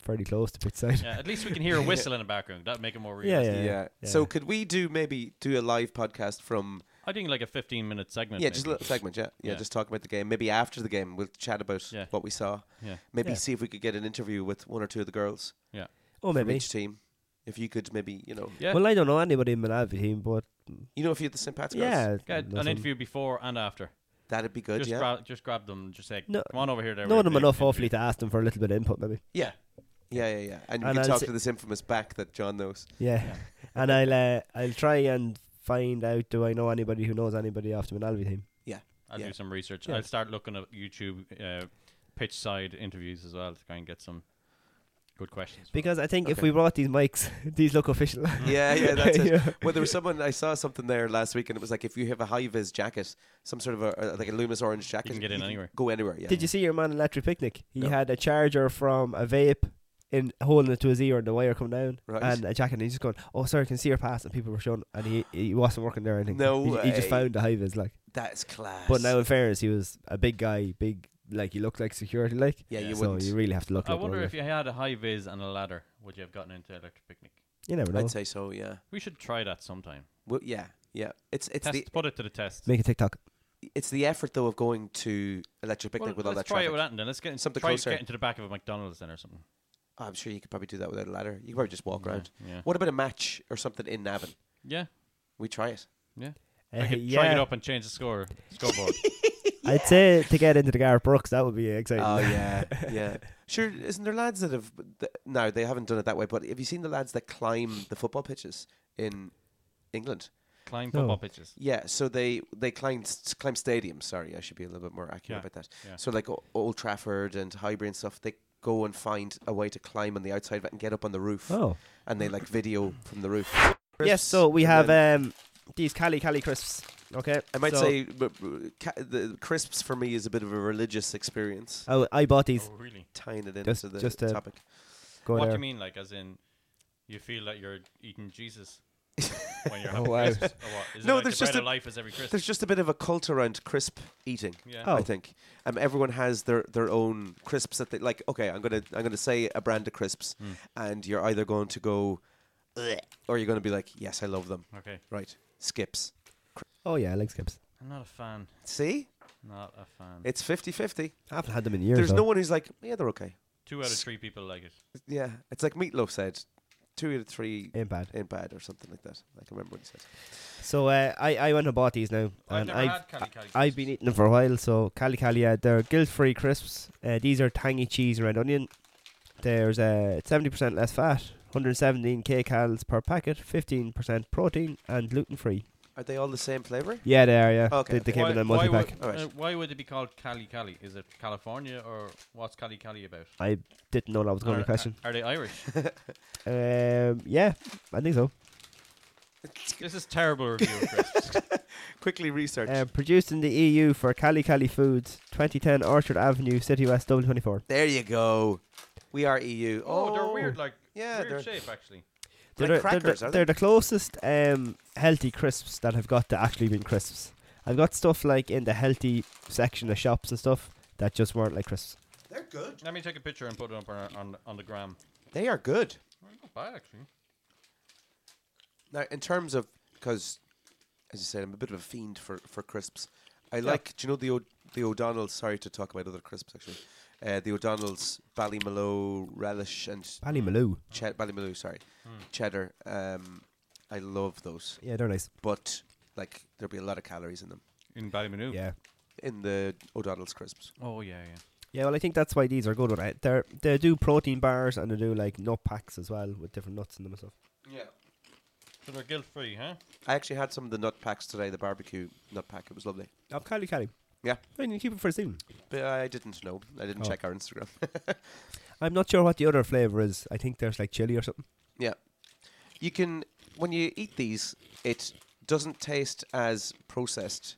D: fairly close to pitch side. [laughs]
C: yeah, at least we can hear a whistle in the background. That'd make it more real.
D: Yeah,
B: Yeah.
D: yeah.
B: So could we do maybe do a live podcast from?
C: I think like a 15 minute segment.
B: Yeah, just a
C: maybe.
B: little segment. Yeah, yeah,
C: Yeah.
B: Just talk about the game. Maybe after the game, we'll chat about
C: Yeah.
B: what we saw.
C: Yeah.
B: Maybe
D: Yeah.
B: see if we could get an interview with one or two of the girls
C: Yeah.
D: Or
B: from
D: maybe.
B: each team. If you could maybe, you know,
C: Yeah.
D: Well, I don't know anybody in Malawi team, but
B: you know, if you had the St. Pat's girls,
D: yeah,
C: Get
D: no,
C: an
D: some-
C: interview before and after.
B: that'd be good.
C: just,
B: yeah,
C: gra- just grab them. and Just say,
D: No-
C: come on over here. There.
D: Know
C: we'll
D: them
C: do an
D: enough,
C: interview."
D: hopefully, to ask them for a little bit of input, maybe.
B: yeah, yeah, yeah, yeah. And you
D: And
B: can
D: I'll
B: talk
D: say-
B: to this infamous back that John knows.
D: Yeah. [laughs] and I'll uh, I'll try and find out. Do I know anybody who knows anybody off the Malawi team?
B: Yeah,
C: I'll
B: yeah.
C: do some research.
D: Yeah.
C: I'll start looking at YouTube uh, pitch side interviews as well to try and get some good questions. for
D: Because I think if
B: Okay.
D: we brought these mics, [laughs] these look official.
B: Yeah, yeah,
D: [laughs]
B: that's it.
D: Yeah.
B: Well, there was someone I saw something there last week, and it was like if you have a high vis jacket, some sort of a, a- like a Loomis orange jacket,
C: can get in anywhere.
B: Go anywhere. Yeah.
D: Did you see your man in Electric Picnic? He
B: No.
D: had a charger from a vape in holding it to his ear and the wire coming down
B: Right.
D: and a jacket and he's just going, Oh sorry, I can see your pass and people were showing and he he wasn't working there or anything.
B: No
D: he, he just
B: way.
D: found the hive is like
B: That's class.
D: But now in fairness he was a big guy, big like he looked like security like.
B: Yeah, you
D: so
B: wouldn't.
D: you really have to look
C: I
D: like one,
C: wonder if
D: like.
C: you had a high vis and a ladder, would you have gotten into Electric Picnic?
D: you never know.
B: I'd say so. Yeah.
C: We should try that sometime.
B: Well, yeah, yeah. It's it's
C: Test,
B: the
C: put it to the test.
D: Make a TikTok.
B: it's the effort though of going to electric picnic
C: Well,
B: with all that
C: let's try
B: traffic.
C: it with that and then. Let's get, in,
B: Something
C: try
B: closer.
C: get into the back of a McDonald's then or something.
B: Oh, I'm sure you could probably do that without a ladder. You could probably just walk
C: Yeah,
B: around.
C: yeah.
B: What about a match or something in Navan?
C: Yeah,
B: We try it.
C: yeah.
D: Uh,
B: Eh,
C: I could
D: yeah.
C: try it up and change the score
B: [laughs]
C: scoreboard.
D: I'd say to get into the Gareth Brooks, that would be exciting.
B: Oh
D: [laughs]
B: yeah, yeah. Sure, isn't there lads that have? Th- no, they haven't done it that way. But have you seen the lads that climb the football pitches in England?
C: Climb
D: No.
B: [laughs]
C: football pitches.
B: Yeah, so they they climb s- climb stadiums. Sorry, I should be a little bit more accurate
C: Yeah,
B: about that.
C: yeah.
B: So like o- Old Trafford and Highbury and stuff, they go and find a way to climb on the outside of it and get up on the roof.
D: Oh.
B: and they like video from the roof.
D: Yes, so we
B: And
D: have
B: then
D: um these Cali Cali crisps. Okay.
B: I might
D: so
B: say b- b- ca- the crisps for me is a bit of a religious experience.
D: I, I bought these.
C: Oh, really?
B: Tying it into
D: Uh, Just-
B: the
D: just, uh,
B: topic.
D: Go
C: what
D: there.
B: uh,
C: do you mean? Like, as in, you feel that you're eating Jesus
B: [laughs]
C: when you're having
D: wow.
C: crisps? Or what? Is
B: Oh, No,
C: it like
B: there's
C: the
B: just
C: bread
B: a-
C: of life is every Christmas.
B: There's just a bit of a cult around crisp eating.
C: yeah.
D: Oh.
B: I think um, everyone has their, their own crisps that they like. Okay, I'm gonna I'm gonna say a brand of crisps,
C: Hmm.
B: and you're either going to go, "Ugh," or you're gonna be like, yes, I love them.
C: Okay.
B: Right, skips.
D: Oh yeah, I like skips.
C: I'm not a fan.
B: See,
C: Not a fan.
B: it's 50-50.
D: I haven't had them in years.
B: There's
D: though.
B: no one who's like, yeah, they're okay.
C: Two out of three people like it.
B: Yeah, it's like Meatloaf said, two out of three
D: Ain't bad.
B: ain't bad or something like that. I can remember what he said.
D: So uh, I I went and bought these now,
C: I've
D: and
C: never
D: I've
C: had Cali Cali
D: I- I've been eating them for a while. So Cali Cali, uh, they're guilt-free crisps. Uh, these are tangy cheese and red onion. There's uh, seventy percent less fat, 117 kcals per packet, 15% protein, and gluten-free.
B: Are they all the same flavour?
D: Yeah, they are. Yeah,
B: Okay,
D: they,
B: okay.
D: they came in
C: why
D: a multi
C: would,
D: pack.
B: Alright.
C: uh, why would it be called Cali Cali? Is it California or what's Cali Cali about?
D: I didn't know that was going to be
C: Are-
D: a question.
C: Are they
D: [laughs]
C: Irish? uh,
D: Um, yeah, I think so.
C: this is terrible review,
D: [laughs]
C: Chris.
B: Quickly research.
D: Uh, produced in the EU for Cali Cali Foods, 2010 Orchard Avenue, City West, W24.
B: there you go. We are EU.
C: oh, they're weird, like
B: Yeah,
C: weird
B: they're-
C: shape actually.
D: They're,
B: Like
D: the- they're the-
B: crackers, are they?
D: they're the closest um, healthy crisps that I've got to actually being crisps. I've got stuff like in the healthy section of shops and stuff that just weren't like crisps.
B: They're good.
C: Let me take a picture and put it up on our- on, on the gram.
B: They are good.
C: Not bad actually.
B: Now, in terms of, because as you said, I'm a bit of a fiend for, for crisps. I like, do you know the o- the O'Donnell's? Sorry to talk about other crisps actually. Uh, the O'Donnell's Ballymaloe relish and
D: Ballymaloo.
B: che- Ballymaloe, sorry, cheddar. Um, I love those,
D: Yeah, they're nice.
B: but like there'll be a lot of calories in them
C: In Ballymenu.
D: Yeah.
B: in the O'Donnell's crisps.
C: Oh yeah, yeah.
D: Yeah, well, I think that's why these are good. Right? They're, they do protein bars and they do like nut packs as well with different nuts in them and stuff.
B: Yeah.
C: So they're guilt free, huh?
B: I actually had some of the nut packs today, the barbecue nut pack. It was lovely.
D: Oh, Cali Cali.
B: Yeah,
D: I mean, you keep it for a season.
B: but I didn't know. I didn't
D: Oh.
B: check our Instagram. [laughs]
D: I'm not sure what the other flavour is. I think there's like chili or something.
B: Yeah. You can when you eat these, it doesn't taste as processed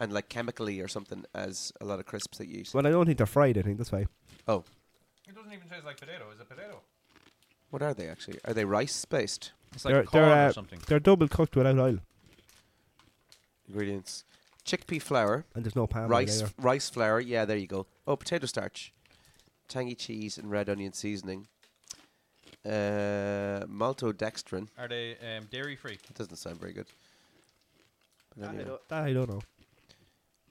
B: and like chemically or something as a lot of crisps that you eat.
D: Well, I don't think they're fried, I think that's why.
B: Oh,
C: It doesn't even taste like potato. Is it potato?
B: what are they actually? Are they rice based
C: It's like
D: they're,
C: corn
D: they're,
C: or
D: uh,
C: something.
D: They're double cooked without oil
B: ingredients? Chickpea flour,
D: and there's no palm oil
B: rice
D: either.
B: rice flour. Yeah, there you go. Oh, potato starch, tangy cheese and red onion seasoning. Uh, maltodextrin.
C: Are they um, dairy free?
B: That doesn't sound very good. But
D: That I,
B: anyway.
D: don't, that I don't know.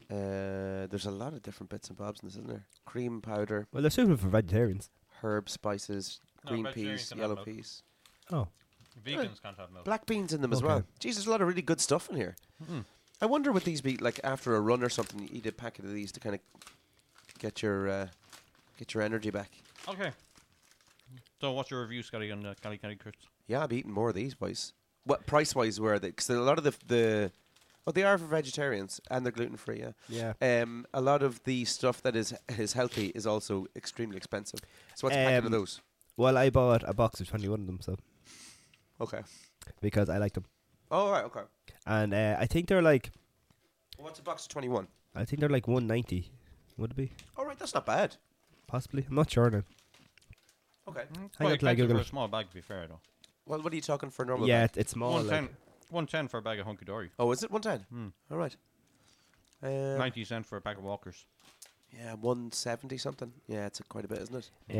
B: Uh, there's a lot of different bits and bobs in this, isn't there? Cream powder,
D: Well, they're suitable for vegetarians.
B: herb spices,
C: No,
B: green
C: vegetarians
B: peas,
C: can have
B: yellow
C: milk.
B: peas,
D: Oh,
C: Vegans can't have milk.
B: black beans in them as
D: Okay. Hmm.
B: well. Jeez, there's a lot of really good stuff in here. I wonder would these be like after a run or something? You eat a packet of these to kind of get your uh, get your energy back.
C: Okay. So what's your review, Scotty, on uh, Cali Cali crisps?
B: Yeah, I'd be eating more of these, boys. What price wise were they? Because a lot of the the well, they are for vegetarians and they're gluten free. Yeah, yeah. Um, a lot of the stuff that is is healthy is also extremely expensive. So what's a packet
D: Um,
B: of those?
D: well, I bought a box of 21 of them, so
B: Okay.
D: because I like them.
B: Oh, all right, okay.
D: And uh, I think they're like,
B: What's a box of 21?
D: I think they're like 190. Would it be?
B: All right, that's not bad.
D: Possibly. I'm not sure now.
B: Okay.
C: Quite
D: Hang on till I
C: expensive
D: Google
C: for a
D: it.
C: small bag, to be fair, though.
B: Well, what are you talking for normal?
D: Yeah,
B: bag?
D: it- it's small.
C: One ten,
D: Like,
C: one ten for a bag of hunky dory.
B: Oh, is it
D: Hmm.
B: 110? All right. Uh,
C: Ninety cent for a pack of walkers.
B: yeah, 170 something. Yeah, it's a, quite a bit, isn't it?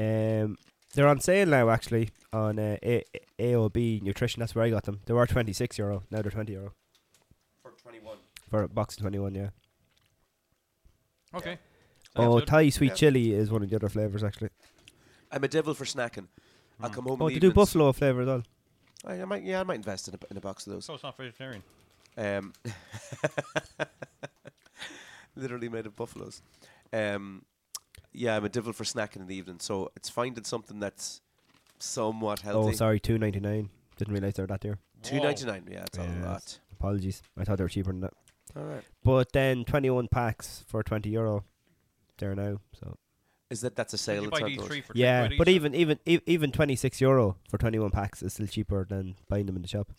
D: um, they're on sale now, actually, on uh, a- AOB Nutrition. That's where I got them. They were 26 euro. Now they're 20 euro
B: For 21.
D: for a box of 21. Yeah.
C: Okay. Sounds
D: Oh,
C: good.
D: Thai sweet
B: Yeah.
D: chili is one of the other flavors, actually.
B: I'm a devil for snacking. I'll come home.
D: Oh,
B: in
D: they
B: the
D: do
B: evenings.
D: buffalo flavor as well.
B: I, I might, yeah, I might invest in a, in a box of those.
C: So it's not vegetarian.
B: Um, [laughs] literally made of buffaloes. Um, yeah, I'm a devil for snacking in the evening, so it's finding something that's somewhat healthy.
D: Oh, sorry, two ninety nine. Didn't realize they were that dear.
B: Two ninety nine. Yeah, it's
D: Yeah,
B: a lot.
D: that's- Apologies, I thought they were cheaper than that.
B: All right.
D: But then twenty one packs for twenty euro. There now, so
B: Is that that's a
C: Did
B: sale?
C: you
B: it's
C: buy
B: not
C: these
B: yours.
C: three for
D: yeah.
C: ten quid
D: But
C: each?
D: even even e- even twenty six euro for twenty one packs is still cheaper than buying them in the shop.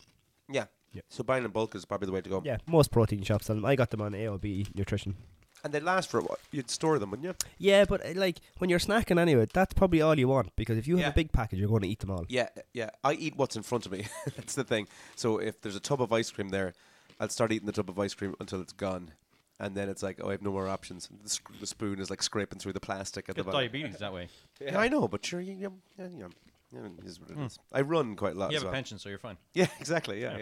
B: Yeah.
D: Yeah.
B: So buying in bulk is probably the way to go.
D: Yeah, most protein shops sell them. I got them on AOB Nutrition.
B: And they last for a while. You'd store them, wouldn't you?
D: Yeah, but uh, like when you're snacking anyway, that's probably all you want because if you have
B: Yeah.
D: a big package, you're going to eat them all.
B: Yeah, yeah. I eat what's in front of me. [laughs] That's the thing. So if there's a tub of ice cream there, I'll start eating the tub of ice cream until it's gone. And then it's like, oh, I have no more options. And the, sc- the spoon is like scraping through the plastic at the
C: Get
B: bottom.
C: diabetes that way.
B: Yeah, I know, but sure, you, you, yeah, you know, yeah, it is what it is. I run quite a lot.
C: Hmm. You
B: as
C: have a
B: well.
C: pension, so you're fine.
B: [laughs] Yeah, exactly. Yeah,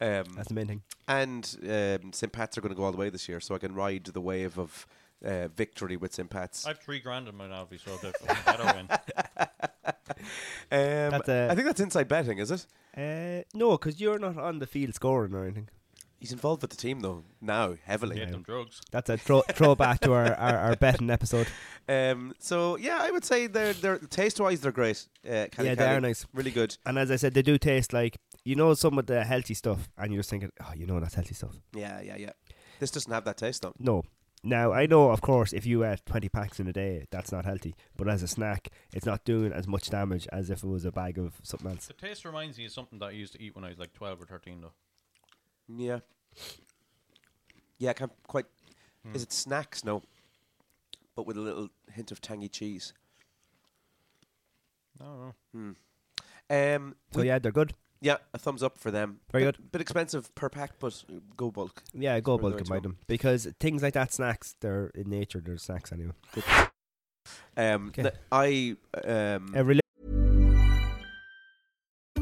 B: yeah. Um,
D: That's the main thing.
B: and um, St. Pat's are going to go all the way this year, so I can ride the wave of uh, victory with St. Pat's.
C: I have three grand in my Navi, so the better win.
B: Um,
D: That's
C: uh,
D: a-
B: I think that's inside betting, is it?
D: Uh, no, because you're not on the field scoring or anything.
B: He's involved with the team though now heavily.
C: Get them drugs.
D: That's a
C: [laughs]
D: throw, throwback to our, our, our betting episode.
B: Um, so yeah, I would say they're they're taste wise they're great. Uh, Canny
D: Yeah, they
B: Canny,
D: are nice.
B: really good.
D: And as I said, they do taste like you know some of the healthy stuff, and you're just thinking, oh, you know that's healthy stuff.
B: Yeah, yeah, yeah. This doesn't have that taste though.
D: No. Now I know, of course, if you eat twenty packs in a day, that's not healthy. But as a snack, it's not doing as much damage as if it was a bag of something else.
C: The taste reminds me of something that I used to eat when I was like 12 or 13, though.
B: Yeah, yeah. I can't quite. Is it snacks? No, but with a little hint of tangy cheese. Hmm.
C: I don't know.
B: Um,
D: So yeah, they're good.
B: yeah, a thumbs up for them.
D: Very
B: Bit-
D: good.
B: Bit expensive per pack, but uh, go bulk.
D: Yeah, go
B: Where's the
D: bulk and
B: next
D: buy
B: one?
D: them because things like that, snacks, they're in nature, they're snacks anyway. Good.
B: Um,
D: Okay.
B: th- I um,
D: Uh, rela-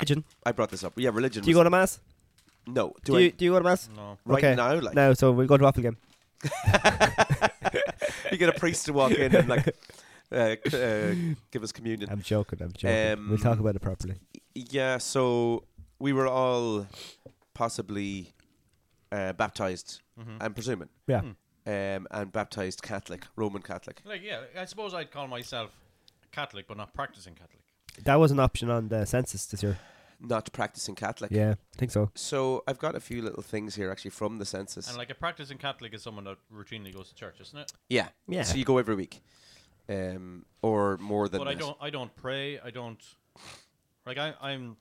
D: Religion.
B: I brought this up. Yeah, religion.
D: Do you go
B: was-
D: to mass?
B: no? Do,
D: Do,
B: I,
D: you do you go to mass?
C: No.
B: right
D: okay.
B: now? Like
D: No, so we'll go to Waffle Game.
B: [laughs] you get a priest to walk in and like uh, c- uh, give us communion.
D: [laughs] I'm joking. I'm joking.
B: Um,
D: we'll talk about it properly.
B: Yeah, so we were all possibly uh, baptized,
C: Mm-hmm.
B: I'm presuming,
D: Yeah.
B: um, and baptized Catholic, Roman Catholic.
C: Like, yeah, I suppose I'd call myself Catholic, but not practicing Catholic.
D: That was an option on the census this year.
B: not practicing Catholic.
D: Yeah, I think so.
B: So I've got a few little things here actually from the census.
C: And like a practicing Catholic is someone that routinely goes to church, isn't it?
B: yeah.
D: Yeah.
B: So you go every week. Um, or more than
C: But I
B: that.
C: don't. I don't pray. I don't. Like I, I'm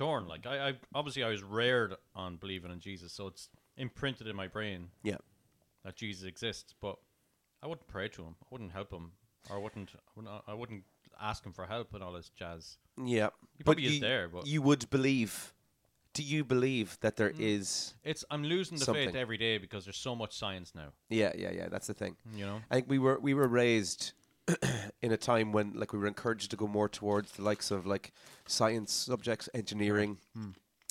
C: torn. Like I, I obviously I was reared on believing in Jesus, so it's imprinted in my brain
B: Yeah.
C: that Jesus exists. But I wouldn't pray to him. I wouldn't help him. Or I wouldn't. I wouldn't- I wouldn't ask him for help and all this jazz.
B: Yeah.
C: He probably is there, but- Mm.
B: you would believe. Do you believe that there is?
C: It's I'm losing the faith
B: Something.
C: every day because there's so much science now.
B: Yeah, yeah, yeah. That's the thing.
C: You know.
B: I think we were we were raised [clears throat] in a time when like we were encouraged to go more towards the likes of like science subjects, engineering,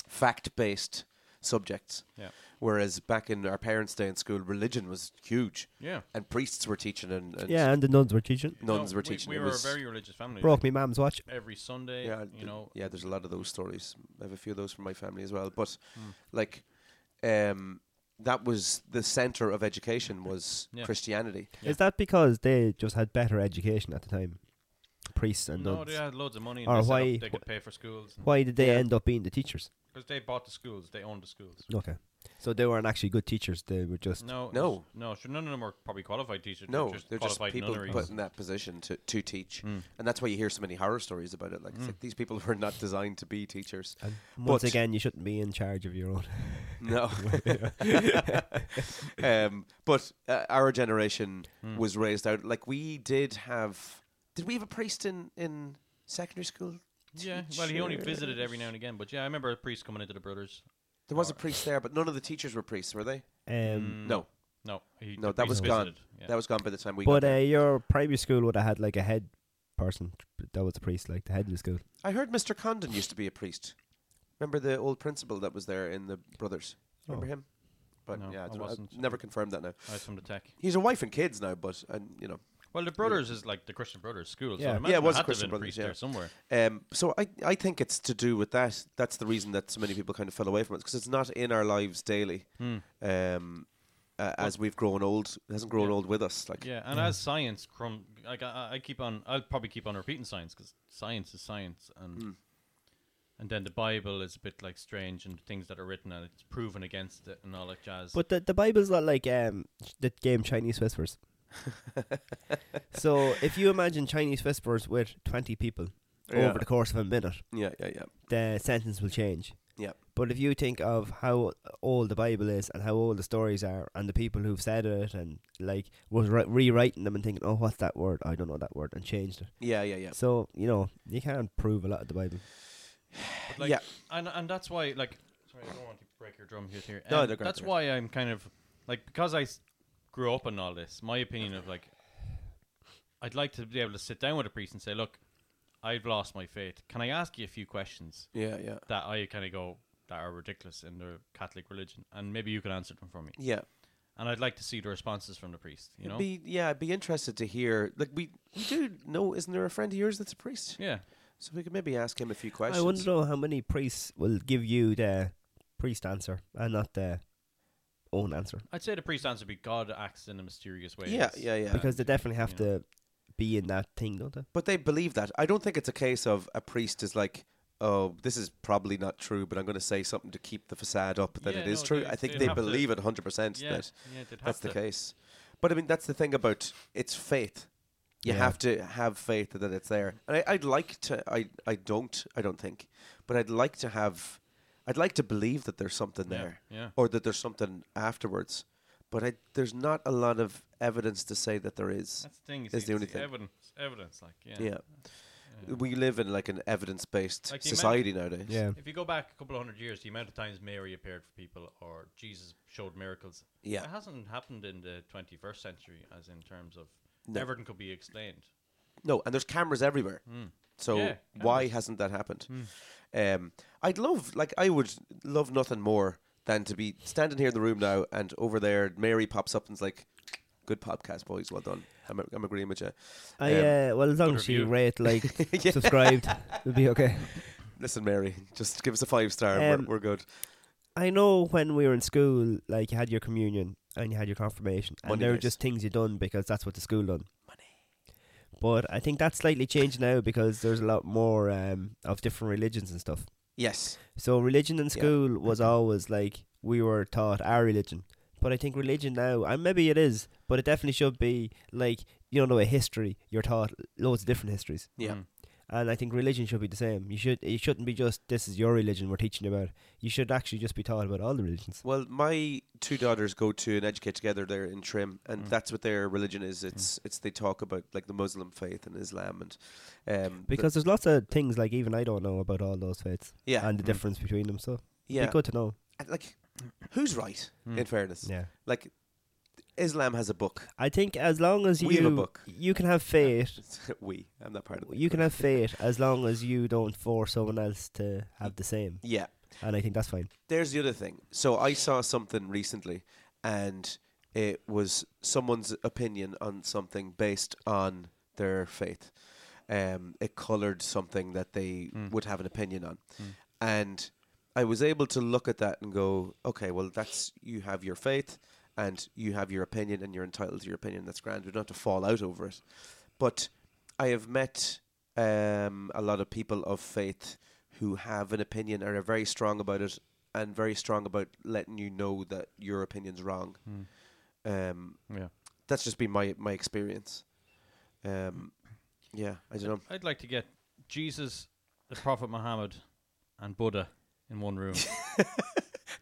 B: fact based subjects.
C: Hmm. Yeah.
B: Whereas back in our parents' day in school, religion was huge.
C: Yeah.
B: And priests were teaching and, and
D: Yeah, and the nuns were teaching.
B: nuns
C: No,
B: were
C: we-
B: teaching.
C: We,
B: It
C: were a
B: was-
C: very religious family.
D: Broke me mum's watch.
C: every Sunday.
B: yeah,
C: you know.
B: yeah. There's a lot of those stories. I have a few of those from my family as well. But
C: Hmm.
B: like, um, that was the center of education was
C: Yeah.
B: Christianity.
D: Is that because they just had better education at the time? Priests and
C: No,
D: nuns.
C: they had loads of money. And
D: Or
C: they, set up-
D: why-
C: they could pay for schools
D: Why did they
B: Yeah.
D: end up being the teachers?
C: because they bought the schools. They owned the schools.
D: Okay. So they weren't actually good teachers. They were just
C: No,
B: No.
C: no, sure, none of them are probably qualified teachers.
B: No,
C: they're just
B: they're just
C: qualified Mm.
B: people
C: nunneries.
B: put in that position to, to teach, and that's why you hear so many horror stories about it. Like,
C: Mm.
B: it's like these people [laughs] were not designed to be teachers.
D: And once
B: But-
D: again, you shouldn't be in charge of your own. [laughs]
C: [laughs]
B: No. [laughs] um, but uh, our generation
C: Mm.
B: was raised out like we did have. Did we have a priest in in secondary school?
C: Yeah, well, he only
B: Teachers.
C: visited every now and again, but yeah, I remember a priest coming into the brothers.
B: There
C: Uh,
B: was a priest there, but none of the teachers were priests, were they?
D: Um,
B: No,
C: No, he,
B: no,
C: mm. the
B: that
C: priest
B: was gone.
C: visited, yeah.
B: That was gone by the time we. got
D: but uh,
B: there.
D: your primary school would have had like a head person that was a priest, like the head of the school.
B: I heard Mr. Condon used to be a priest. Remember the old principal that was there in the brothers? Remember
D: Oh.
B: him? But
C: No,
B: yeah,
C: I
B: I don't know. I've
C: wasn't.
B: never confirmed that now.
C: I was from the tech.
B: He's a wife and kids now, but and you know.
C: Well, the brothers is like the Christian Brothers school. So
D: Yeah.
C: I
D: Yeah,
C: imagine
B: yeah, it
C: there
B: was
C: had
B: a
C: to
B: Christian
C: have been a
B: Brothers.
C: priest
B: Yeah.
C: there somewhere.
B: Um, so I, I think it's to do with that. That's the reason that so many people kind of fell away from it because it's not in our lives daily.
C: Hmm.
B: Um, uh, as we've grown old, it hasn't grown old with us. Like
C: Yeah, and as science, crum- like I, I keep on, I'll probably keep on repeating science because science is science, and
B: Hmm.
C: and then the Bible is a bit like strange and things that are written and it's proven against it and all that jazz.
D: But the the Bible's not like um ch- the game Chinese Whispers. so if you imagine Chinese Whispers with twenty people
B: Yeah.
D: over the course of a minute,
B: yeah, yeah, yeah,
D: the sentence will change.
B: yeah.
D: But if you think of how old the Bible is and how old the stories are and the people who've said it and like was ri- rewriting them and thinking, oh, what's that word? I don't know that word and changed it.
B: Yeah, yeah, yeah.
D: So you know you can't prove a lot of the Bible.
C: But, like,
B: Yeah.
C: and and that's why like sorry, I don't want to break your drum here. here.
B: No,
C: Um,
B: they're great,
C: that's
B: they're
C: why I'm kind of like because I s- grew up in all this. My opinion of like, I'd like to be able to sit down with a priest and say, look, I've lost my faith. Can I ask you a few questions?
B: Yeah, yeah,
C: that I kind of go that are ridiculous in the Catholic religion, and maybe you can answer them for me.
B: yeah.
C: And I'd like to see the responses from the priest. You know,
B: Be yeah, I'd be interested to hear. Like we we do know, isn't there a friend of yours that's a priest?
C: yeah,
B: So we could maybe ask him a few questions.
D: I wonder though how many priests will give you the priest answer and not the own answer.
C: I'd say the priest answer would be God acts in a mysterious way.
B: Yeah, yeah,
C: Uh,
B: yeah.
D: because they definitely have
C: you know.
D: to be in that thing, don't they?
B: But they believe that. I don't think it's a case of a priest is like, oh, this is probably not true, but I'm going to say something to keep the facade up that
C: Yeah,
B: it is
C: no,
B: true.
C: they-
B: I think
C: they'd
B: they
C: have to-
B: believe it 100%
C: Yeah,
B: that
C: yeah, they'd have
B: that's the
C: to.
B: case. But I mean, that's the thing about it's faith. You
D: Yeah.
B: have to have faith that it's there. And I, I'd like to, I, I don't, I don't think, but I'd like to have, I'd like to believe that there's something
C: Yeah,
B: there
C: yeah.
B: or that there's something afterwards. But I, there's not a lot of evidence to say that there is.
C: That's the thing. Is
B: Is the only thing.
C: evidence? Evidence, like yeah.
B: Yeah. We live in like an evidence based
C: Like the amount-
B: society nowadays.
D: Yeah.
C: If you go back a couple of hundred years, the amount of times Mary appeared for people or Jesus showed miracles,
B: Yeah.
C: it hasn't happened in the 21st century, as in terms of
B: No.
C: everything could be explained.
B: No, and there's cameras everywhere. So
C: Hmm. Yeah, Hmm.
B: why hasn't that happened? Um, I'd love, like, I would love nothing more than to be standing here in the room now and over there, Mary pops up and's like, good podcast, boys. Well done. I'm, I'm agreeing with you.
D: I
B: Um,
D: uh, well, as long
C: good
D: as you
C: review.
D: rate, like, subscribed, it'll be okay.
B: Listen, Mary, [laughs] just give us a five star. and
D: Um,
B: we're, we're good.
D: I know when we were in school, like you had your communion and you had your confirmation, and
B: Money
D: they were
B: days.
D: just things you done because that's what the school done. But I think that's slightly changed now because there's a lot more um, of different religions and stuff.
B: Yes.
D: So religion in school was always like we were taught our religion. But I think religion now, and maybe it is, but it definitely should be like you know, a history. You're taught loads of different histories,
B: Yeah.
D: and I think religion should be the same. You should it shouldn't be just this is your religion we're teaching you about. You should actually just be taught about all the religions.
B: Well, my two daughters go to an educate together there in Trim, and
D: Mm.
B: that's what their religion is. It's it's they talk about like the Muslim faith and Islam, and um, the-
D: Because there's lots of things like even I don't know about all those faiths,
B: Yeah.
C: Mm.
D: and the difference between them. So yeah,
B: Yeah.
D: be good to know.
B: and, like who's right in fairness
D: Mm. Yeah.
B: like islam has a book [laughs]
D: I think as long as
B: We have a
D: you
B: book.
D: you can have faith
B: we i'm not part of it
D: you can have faith as long as you don't force someone else to have the same,
B: yeah
D: and I think that's fine.
B: there's the other thing so i saw something recently and it was someone's opinion on something based on their faith um, it colored something that they would have an opinion on and i was able to look at that and go okay well that's you have your faith and you have your opinion and you're entitled to your opinion that's grand we don't have to fall out over it but I have met um, a lot of people of faith who have an opinion and are very strong about it and very strong about letting you know that your opinion's wrong.
C: Hmm.
B: Um,
C: Yeah.
B: that's just been my my experience. Um, yeah, I don't know.
C: I'd like to get Jesus, the Prophet Muhammad, and Buddha in one
B: [laughs]
C: room.
B: It's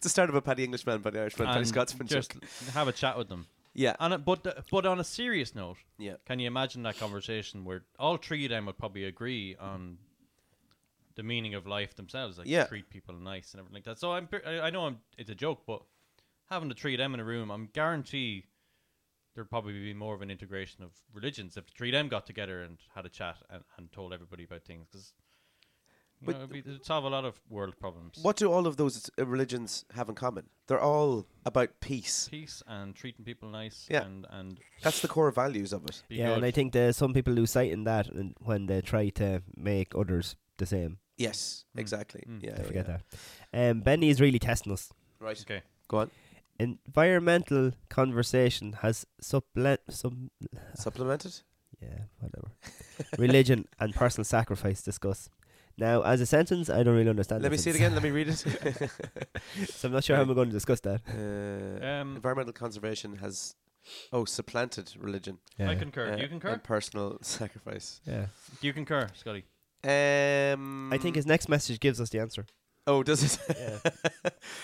B: the start of a Paddy Englishman, Paddy Irishman, Paddy
C: and
B: Scotsman.
C: just
B: joke.
C: have a chat with them.
B: Yeah.
C: And it- but th- but on a serious note,
B: Yeah.
C: can you imagine that conversation where all three of them would probably agree on the meaning of life themselves, like
B: Yeah.
C: treat people nice and everything like that. So I'm per- I I know I'm, it's a joke, but having the three of them in a room, I'm guarantee there'd probably be more of an integration of religions if the three of them got together and had a chat and, and told everybody about things because. You
B: But-
C: know, it'd, be, it'd solve a lot of world problems.
B: What do all of those uh, religions have in common? They're all about peace.
C: Peace and treating people nice.
B: Yeah.
C: And, and
B: That's the core values of it.
C: be
D: yeah,
C: good.
D: and I think that some people lose sight in that and when they try to make others the same.
B: Yes,
C: Hmm.
B: exactly. Yeah,
D: They
B: yeah,
D: forget
B: Oh, yeah.
D: that. Um, Benny is really testing us.
B: Right.
C: Okay.
B: Go
D: [sighs]
B: on.
D: Environmental conversation has supple- sub-
B: Supplemented.
D: yeah, whatever. Religion and personal sacrifice discuss. Now, as a sentence, I don't really understand.
B: Let me
D: that
B: see it again.
D: sentence.
B: Let me read it.
D: [laughs] so I'm not sure how we're going to discuss that.
B: Uh,
C: Um,
B: environmental conservation has, oh, supplanted religion.
C: I concur.
B: uh,
C: Do you concur?
B: And personal [laughs] sacrifice.
D: Yeah.
C: Do you concur, Scotty?
B: Um,
D: I think his next message gives us the answer.
B: Oh, does it? [laughs]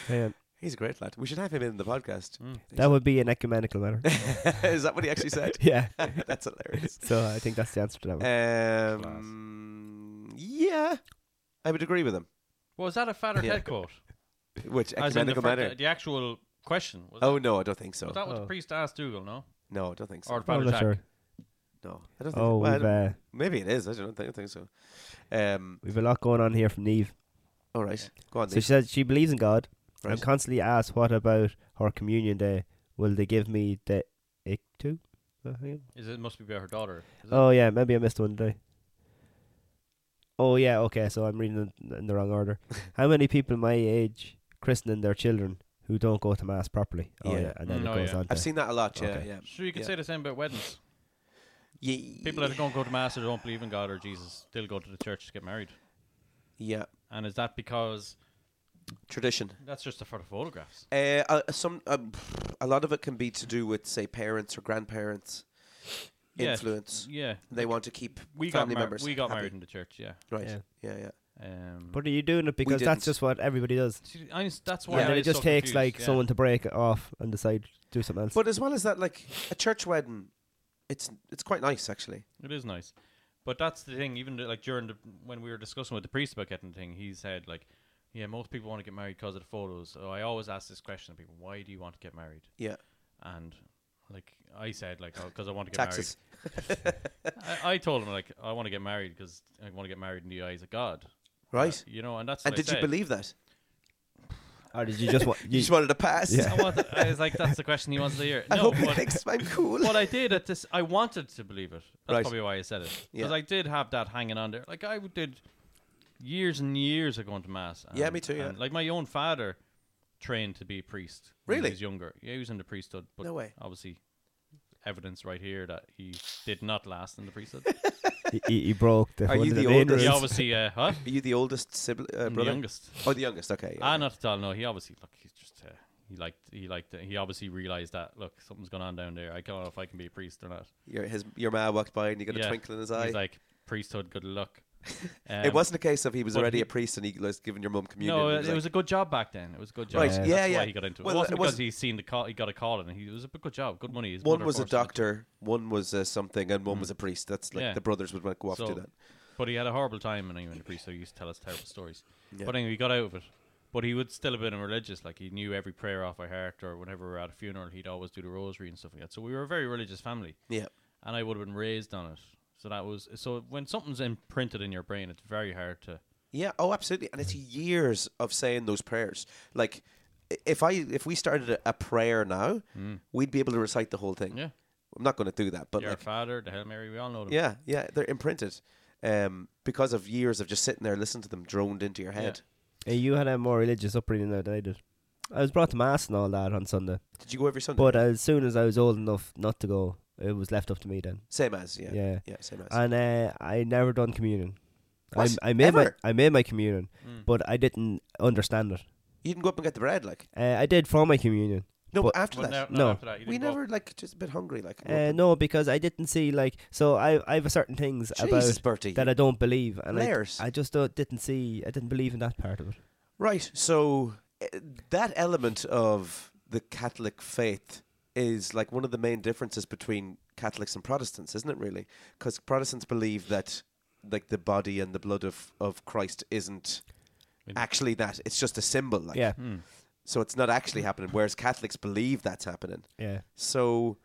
D: Hang on.
B: He's a great lad. We should have him in the podcast.
D: That would be an
B: [laughs]
D: ecumenical matter.
C: Mm.
B: Is that what he actually said? [laughs]
D: yeah.
B: That's hilarious.
D: So I think that's the answer to that one.
B: Um, yeah, I would agree with him.
C: Was that a fatter
B: Yeah.
C: head quote?
B: Which
C: As in the,
B: [laughs] ecumenical
C: fir-
B: matter?
C: the, the actual question. Was
B: Oh
C: that,
B: no, I don't think so.
C: was that what
D: Oh.
C: the priest asked Dougal, no?
B: No, I don't think so.
C: Or
D: I'm
C: Father
D: not
C: Jack?
D: sure.
B: no, I don't think.
D: Oh,
B: so. Well, I
D: we've,
B: don't-
D: uh,
B: maybe it is. I don't think, I think so. Um,
D: we've a lot going on here from Neve.
B: all right, go on.
D: So she
B: Niamh.
D: said she believes in God. I'm
B: Right.
D: constantly asked, what about her communion day? Will they give me the ick too? Oh, hang on.
C: Is it must be about her daughter? Is it?
D: Oh, yeah, maybe I missed one today. Oh yeah, okay. So I'm reading it in the
B: [laughs]
D: wrong order. How many people my age christening their children who don't go to mass properly? Oh yeah,
B: Yeah.
D: and then
C: Mm,
D: it
C: oh,
D: goes
C: yeah.
D: on.
B: I've
D: to-
B: seen that a lot. Yeah,
D: Okay.
B: yeah.
C: Sure, you could
B: yeah.
C: say the same about
B: [laughs]
C: weddings.
B: Ye-
C: People that don't go to mass or don't believe in God or Jesus still go to the church to get married.
B: yeah
C: And is that because
B: tradition.
C: that's just for the photographs?
B: Uh, uh, some um, a lot of it can be to do with say parents or grandparents
C: Yeah,
B: influence.
C: Yeah,
B: They want to keep
C: we got
B: family
C: mar-
B: members.
C: we got
B: happy.
C: married in the church. Yeah,
B: Right.
D: Yeah.
B: Yeah. Yeah.
C: um,
D: But are you doing it because
B: didn't.
D: that's just what everybody does?
C: See, I'm, s- that's why
D: Yeah, and
C: I
D: then it
C: was
D: just
C: so
D: takes
C: confused,
D: like
C: yeah.
D: someone to break it off and decide to do something else.
B: But as well as that, like a church wedding, it's it's quite nice actually.
C: It is nice, but that's the thing. Even th- like during the when we were discussing with the priest about getting the thing, he said like, "Yeah, most people want to get married because of the photos." So I always ask this question to people: Why do you want to get married?
B: Yeah.
C: And like I said, like because I want to get
B: Taxes.
C: married. I, I told him like I want to get married because I want to get married in the eyes of God.
B: Right.
C: You know, and that's.
B: and
C: what I
B: did you
C: said.
B: believe that?
D: or did you just
B: [laughs]
D: want?
B: You just wanted to pass.
C: I, want- I was like, that's the question he wants to hear.
B: [laughs] I
C: [laughs] no,
B: hope he
C: but-
B: thinks I'm cool.
C: Well, I did at this. I wanted to believe it. That's
B: Right.
C: probably why I said it because
B: Yeah.
C: I did have that hanging on there. Like I would- did years and years of going to mass.
B: Yeah,
C: and-
B: me too, yeah.
C: and, like my own father trained to be a priest. when
B: Really?
C: He was younger. Yeah, he was in the priesthood. But
B: No way.
C: Obviously, evidence right here that he did not last in
B: [laughs]
C: the priesthood.
D: he, he broke the.
B: Are
D: one
B: you
D: of the
B: the
D: main
B: oldest?
C: he
D: rules.
C: obviously, uh, huh?
B: Are you the oldest sibling? Uh,
C: the
B: brother?
C: youngest.
B: Oh, the youngest. Okay. yeah.
C: Ah, not at all. No, he obviously look. He's just uh, he liked he liked he obviously realized that look something's going on down there. I don't know if I can be a priest or not.
B: Your his your ma walked by and you got a twinkle in his eye.
C: He's like priesthood. Good luck.
B: [laughs]
C: Um,
B: it wasn't a case of he was
C: but
B: already
C: he-
B: a priest and he was giving your mum communion.
C: No,
B: He
C: it it was a good job back then. It was a good job.
B: Right,
C: That's
B: yeah,
C: why
B: yeah.
C: he got into it.
B: Well,
C: it wasn't
B: it
C: because
B: wasn't-
C: he seen the call. He got a call and he it was a good job. Good money. His
B: one
C: mother
B: was a
C: forced him to-
B: doctor, one was uh, something, and one was a priest. That's like
C: Yeah.
B: the brothers would like, go off
C: So-
B: to that.
C: But he had a horrible time when he went to priest. So he used to tell us terrible stories. But anyway, he got out of it. But he would still have been religious. Like he knew every prayer off by heart. Or whenever we were at a funeral, he'd always do the rosary and stuff like that. So we were a very religious family.
B: Yeah,
C: and I would have been raised on it. So that was so when something's imprinted in your brain, it's very hard to.
B: yeah. Oh, absolutely. And it's years of saying those prayers. Like, i- if I if we started a, a prayer now, we'd be able to recite the whole thing.
C: Mm. Yeah.
B: I'm not going to do that, but
C: Your
B: like,
C: father, the Hail Mary, we all know them.
B: yeah, yeah, they're imprinted um, because of years of just sitting there listening to them droned into your head.
D: Uh, you had a more religious upbringing than I did. I was brought to mass and all that on Sunday,
B: Did you go every Sunday?
D: but uh, as soon as I was old enough not to go, it was left up to me then.
B: same as yeah,
D: Yeah.
B: yeah, same as.
D: And uh, I never done communion. I,
B: What?
D: I made
B: Ever?
C: Mm.
D: my I made my communion, but I didn't understand it.
B: You didn't go up and get the bread, like.
D: Uh, I did for my communion.
B: No, but, after that,
D: no.
B: we never like just a bit hungry, like.
D: Uh, no, because I didn't see like so. I I have a certain things
B: Jesus,
D: about
B: Bertie,
D: that
B: you
D: I don't believe, and I-
B: layers.
D: I, just don't, didn't see. I didn't believe in that part of it.
B: Right. So uh, that element of the Catholic faith is like one of the main differences between Catholics and Protestants, isn't it? Really, because Protestants believe that like the body and the blood of of Christ isn't actually that; it's just a symbol. Like,
D: Yeah.
B: So it's not actually happening. Whereas Catholics believe that's happening.
D: Yeah.
B: So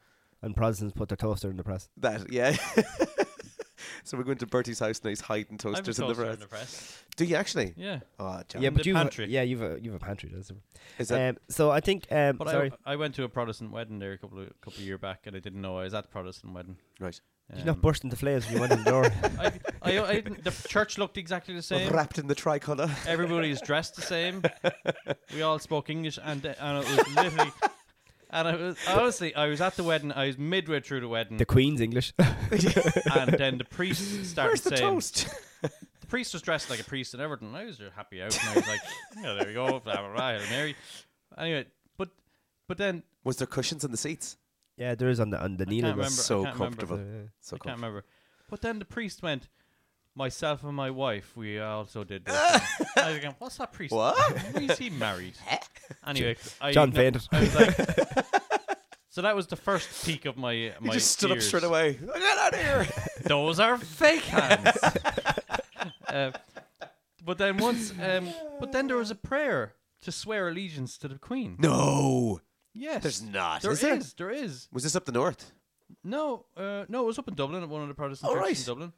D: And Protestants put their toaster in the press.
B: that yeah. [laughs] so we're going to Bertie's house and he's hiding
C: I have a
B: toasters in the
C: toaster
B: press.
C: in the press.
B: Do you actually?
C: Yeah.
B: Oh, John.
D: Yeah, but
C: the
D: you
C: pantry.
D: yeah you've a you've a pantry. That's
B: Is that-
D: um, so I think um,
C: But
D: sorry.
C: I, I went to a Protestant wedding there a couple of couple of year back, and I didn't know I was at a Protestant wedding.
D: uh,
B: Right.
D: Did you
C: um,
D: not burst into flames when you went in
C: [laughs]
D: the door?
C: I, I, I didn't- the church looked exactly
B: [laughs]
C: the same.
B: Wrapped in the tricolour.
C: Everybody is dressed the same. We all spoke English, and and it was literally. And I was honestly, I was at the wedding. I was midway through the wedding,
D: the
B: [laughs]
D: Queen's English.
C: and then the priest started
B: Where's the
C: saying,
B: toast? [laughs]
C: the priest was dressed like a priest and everything. I was just happy out, and I was
B: [laughs]
C: like, "Yeah, there we go, blah blah blah." Hail Mary. Anyway, but but then
B: Was there cushions in the seats?
D: yeah, there is on the on the
C: I
D: kneeling.
C: can't
D: one.
C: remember. I
B: So
C: can't
B: comfortable.
C: Remember.
B: So
C: I can't
B: comfortable.
C: remember. But then the priest went, myself and my wife, we also
B: [laughs]
C: did this. thing." I was going, what's that priest?
B: What?
C: Who
B: [laughs]
C: Is he married? anyway, I,
D: John
C: no,
D: fainted.
C: I was like,
B: [laughs]
C: so that was the first peak of my my.
B: He just stood up
C: fears.
B: straight away. I got out of here. [laughs]
C: [laughs] Those are fake hands. [laughs] Uh, but then once, um, but then there was a prayer to swear allegiance to the Queen.
B: no.
C: yes,
B: there's not,
C: There
B: is
C: is.
B: there?
C: there is.
B: Was this up the north?
C: No, uh, no, it was up in Dublin at one of the Protestant
B: Oh,
C: churches
B: right.
C: in Dublin.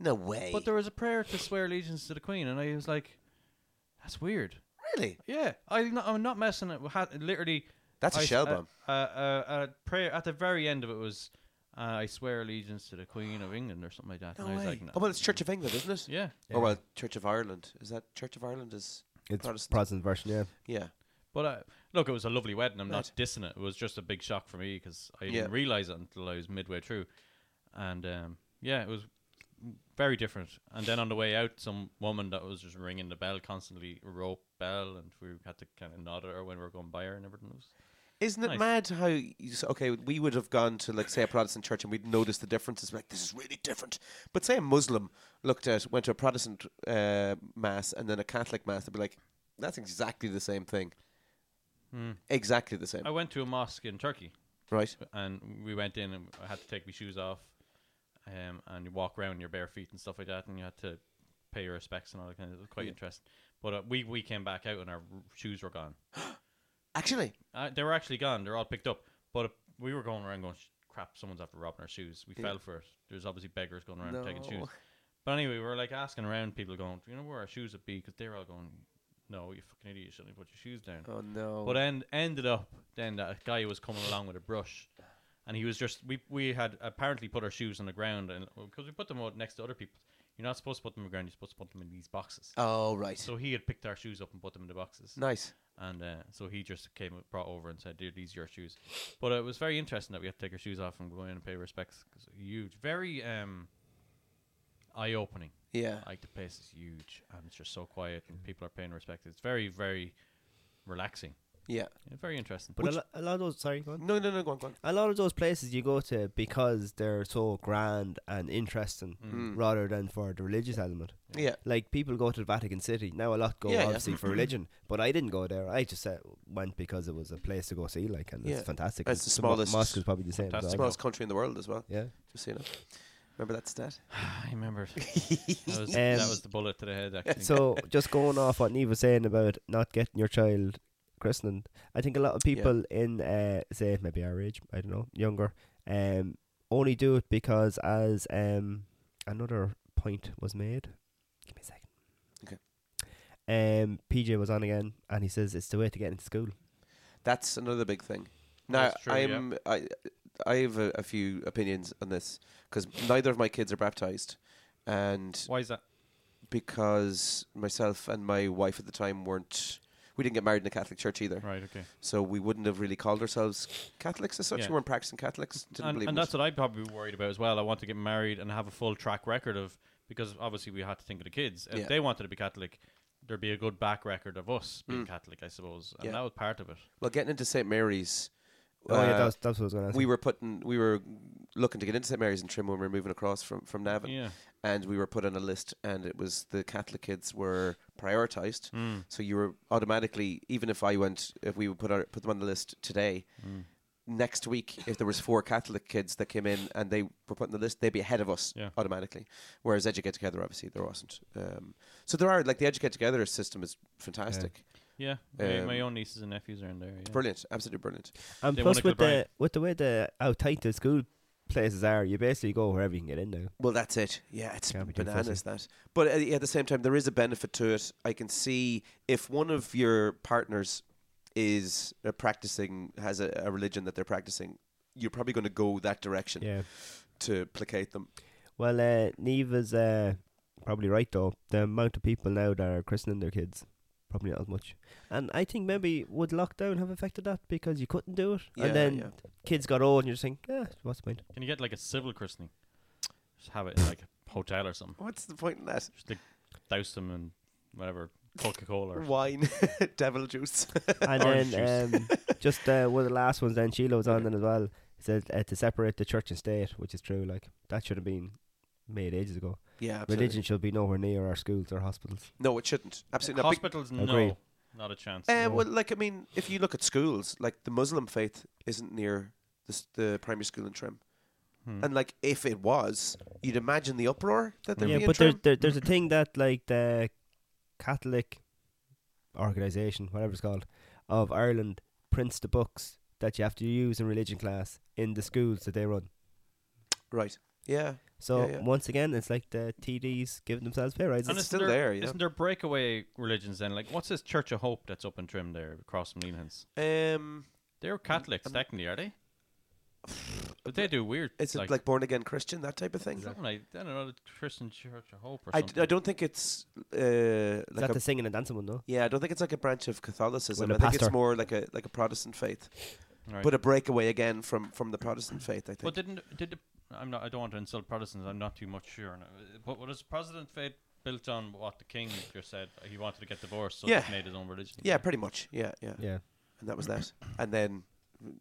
B: No way.
C: But there was a prayer to swear allegiance to the Queen, and I was like, "That's weird."
B: really?
C: Yeah, I not, I'm not messing it. with- had- Literally,
B: That's a
C: a
B: shell bomb.
C: Uh, uh, uh, prayer at the very end of it was, uh, "I swear allegiance to the Queen of England" or something like that.
B: No
C: and I
B: way.
C: was like,
B: Oh well, it's Church of England, isn't it?
C: Yeah,
B: Oh well, Church of Ireland. Is that Church of Ireland is
D: It's
B: Protestant?
D: Protestant version. Yeah.
B: yeah.
C: but uh, look, it was a lovely wedding. I'm not
B: Right.
C: dissing it. It was just a big shock for me because I
B: Yeah.
C: didn't realize it until I was midway through, and um, yeah, it was very different. And then on the way out, some woman that was just ringing the bell constantly, rope bell, and we had to kind of nod at her when we were going by her and everything. It was
B: Isn't it
C: Nice.
B: mad how you, s- okay we would have gone to like say a Protestant church and we'd notice the differences like this is really different, but say a Muslim looked at went to a Protestant uh, mass and then a Catholic mass they'd be like that's exactly the same thing, exactly the same,
C: Hmm. I went to a mosque in Turkey,
B: right?
C: and we went in, and I had to take my shoes off, um, and you walk around in your bare feet and stuff like that, and you had to pay your respects and all that kind of. It was quite interesting. But uh, we we came back out, and our r- shoes were gone.
B: Actually,
C: Uh, they were actually gone. They're all picked up. But uh, we were going around going, "Sh- crap, someone's after robbing our shoes. We fell for it. There's obviously beggars going around taking
B: No. [laughs]
C: shoes. But anyway, we were like asking around people, going, "Do you know where our shoes would be?" Because they were all going, "No, you fucking idiot! You shouldn't have put your shoes down."
B: oh no,
C: But end, ended up then that a guy was coming along with a brush, and he was just we we had apparently put our shoes on the ground, and because we put them out next to other people, you're not supposed to put them on the ground. You're supposed to put them in these boxes.
B: oh right,
C: So he had picked our shoes up and put them in the boxes,
B: nice.
C: and uh, so he just came and brought over and said, "Dude, these are your shoes." But uh, it was very interesting that we had to take our shoes off and go in and pay respects. 'cause huge, very um, eye opening.
B: Yeah.
C: Like the place is huge and it's just so quiet and people are paying respect. It's very very relaxing.
B: Yeah.
C: Yeah, very interesting.
D: But a, lo- a lot of those sorry. Go on.
B: No, no, no, go on, go on.
D: a lot of those places you go to because they're so grand and interesting
B: Mm.
D: rather than for the religious element.
B: Yeah.
D: Like people go to the Vatican City. Now a lot go
B: Yeah, Mm-hmm. yeah.
D: obviously for religion, but I didn't go there. I just uh, went because it was a place to go see like and
B: Yeah.
D: it's fantastic.
B: That's
D: And
B: the
D: mo-
B: smallest-
D: mosque is probably the same. as
C: Fantastic
D: well.
B: Smallest country in the world as well.
D: Yeah.
B: Just so you know. Remember that stat?
C: I remember. it. that, was, that
D: Um,
C: was the bullet to the head. Actually.
D: So just going off what Neve was saying about not getting your child christened, I think a lot of people in uh, say maybe our age, I don't know, younger, um, only do it because as um another point was made. Give me a second.
B: Okay.
D: Um, PJ was on again, and he says it's the way to get into school.
B: That's another big thing. Now,
C: That's true, yeah.
B: I'm I, I have a, a few opinions on this because neither of my kids are baptized, and
C: why is that?
B: because myself and my wife at the time weren't, we didn't get married in a Catholic church either,
C: Right. Okay.
B: so we wouldn't have really called ourselves Catholics as such.
C: Yeah.
B: We weren't practicing Catholics. Didn't
C: and,
B: believe.
C: and
B: in it.
C: that's what I'd probably be worried about as well. I want to get married and have a full track record of because obviously we had to think of the kids. If
B: Yeah.
C: they wanted to be Catholic, there'd be a good back record of us being Catholic, I suppose, and
B: Mm. Yeah.
C: that was part of it.
B: Well, getting into St Mary's.
D: Oh, yeah, that was- that was what I was gonna ask
B: Uh, We
D: you.
B: were putting, we were looking to get into St Mary's in Trim when we were moving across from from Navan,
C: Yeah.
B: and we were put on a list, and it was the Catholic kids were prioritised,
C: Mm.
B: so you were automatically, even if I went, if we would put our, put them on the list today.
C: Mm.
B: Next week, if there was four Catholic kids that came in and they were put on the list, they'd be ahead of us
C: Yeah.
B: automatically. Whereas Educate Together, obviously, there wasn't. Um, so there are like the Educate Together system is fantastic.
C: Yeah, my, my
B: Um,
C: own nieces and nephews are in there. Yeah.
B: Brilliant, absolutely brilliant.
D: And
C: They
D: plus
C: wanna
D: with the with the way the how tight the school places are, you basically go wherever you can get in now.
B: Well, that's it. Yeah, it's
D: Can't be too
B: bananas
D: fussy.
B: that. But uh, yeah, at the same time, there is a benefit to it. I can see if one of your partners is uh, practicing has a, a religion that they're practicing, you're probably going to go that direction
D: Yeah.
B: to placate them.
D: Well, uh, Neve is uh, probably right though. The amount of people now that are christening their kids, probably not as much. And I think maybe would lockdown have affected that because you couldn't do it,
B: Yeah,
D: and then
B: yeah.
D: kids got old, and you're saying, yeah, what's
B: [laughs]
D: the point?
C: Can you get like a civil christening? Just have it in like a hotel or something.
B: What's the point in that?
C: Just like douse them in whatever Coca Cola. or
B: Wine, [laughs] devil juice.
D: And
C: Orange
D: then um,
B: [laughs]
D: just uh, one of the last ones, then Sheila was on then as well. Said uh, to separate the church and state, which is true. Like that should have been made ages ago.
B: yeah, absolutely.
D: Religion should be nowhere near our schools or hospitals.
B: No, it shouldn't. Absolutely not. Be-
C: Hospitals,
D: Agreed.
C: no, not a chance.
B: Uh, well, like I mean, if you look at schools, like the Muslim faith isn't near the, s- the primary school in Trim, and like if it was, you'd imagine the uproar that there'd
D: yeah,
B: be in
D: but there,
B: Trim.
D: there, there's a thing that like the Catholic organization, whatever it's called, of Ireland prints the books that you have to use in religion class in the schools that they run.
B: Right? Yeah.
D: So
B: Yeah, yeah.
D: once again, it's like the TDs giving themselves pay rises.
B: And it's
C: isn't
B: still there, yeah.
C: Isn't there breakaway religions then? Like, what's this Church of Hope that's up in Trim there across from Leanhans?
B: Um,
C: They're Catholics, technically,
B: [sighs]
C: are they? But they do weird.
B: is it like, born again Christian that type of thing?
C: something like- I don't know, the Christian Church of Hope or
B: I,
C: something.
B: d- I don't think it's uh
D: Is
B: like
D: that
B: a,
D: the singing and dancing one though?
B: yeah I don't think it's like a branch of Catholicism.
D: With
B: I
D: a
B: think it's
D: pastor.
B: more like a like a Protestant faith,
C: Right.
B: but a breakaway again from from the Protestant faith. I think.
C: But didn't did the, I'm not I don't want to insult Protestants. I'm not too much sure. on it. But was President Fate built on what the king just said? He wanted to get divorced, so
B: Yeah.
C: he made his own religion.
B: yeah, pretty much. Yeah, yeah,
D: Yeah.
B: And that was that. and then mm,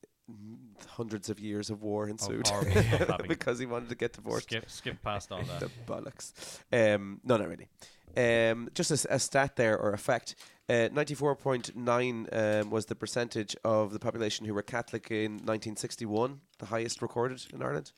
B: hundreds of years of war ensued.
C: horrible stuff
B: [laughs]
C: happening.
B: because he wanted to get divorced.
C: Skip skip past all
B: [laughs]
C: that.
B: the bollocks. Um, no, not really. Um, just a, s- a stat there or a fact. Uh, 94.9 um, was the percentage of the population who were Catholic in 1961, the highest recorded in Ireland.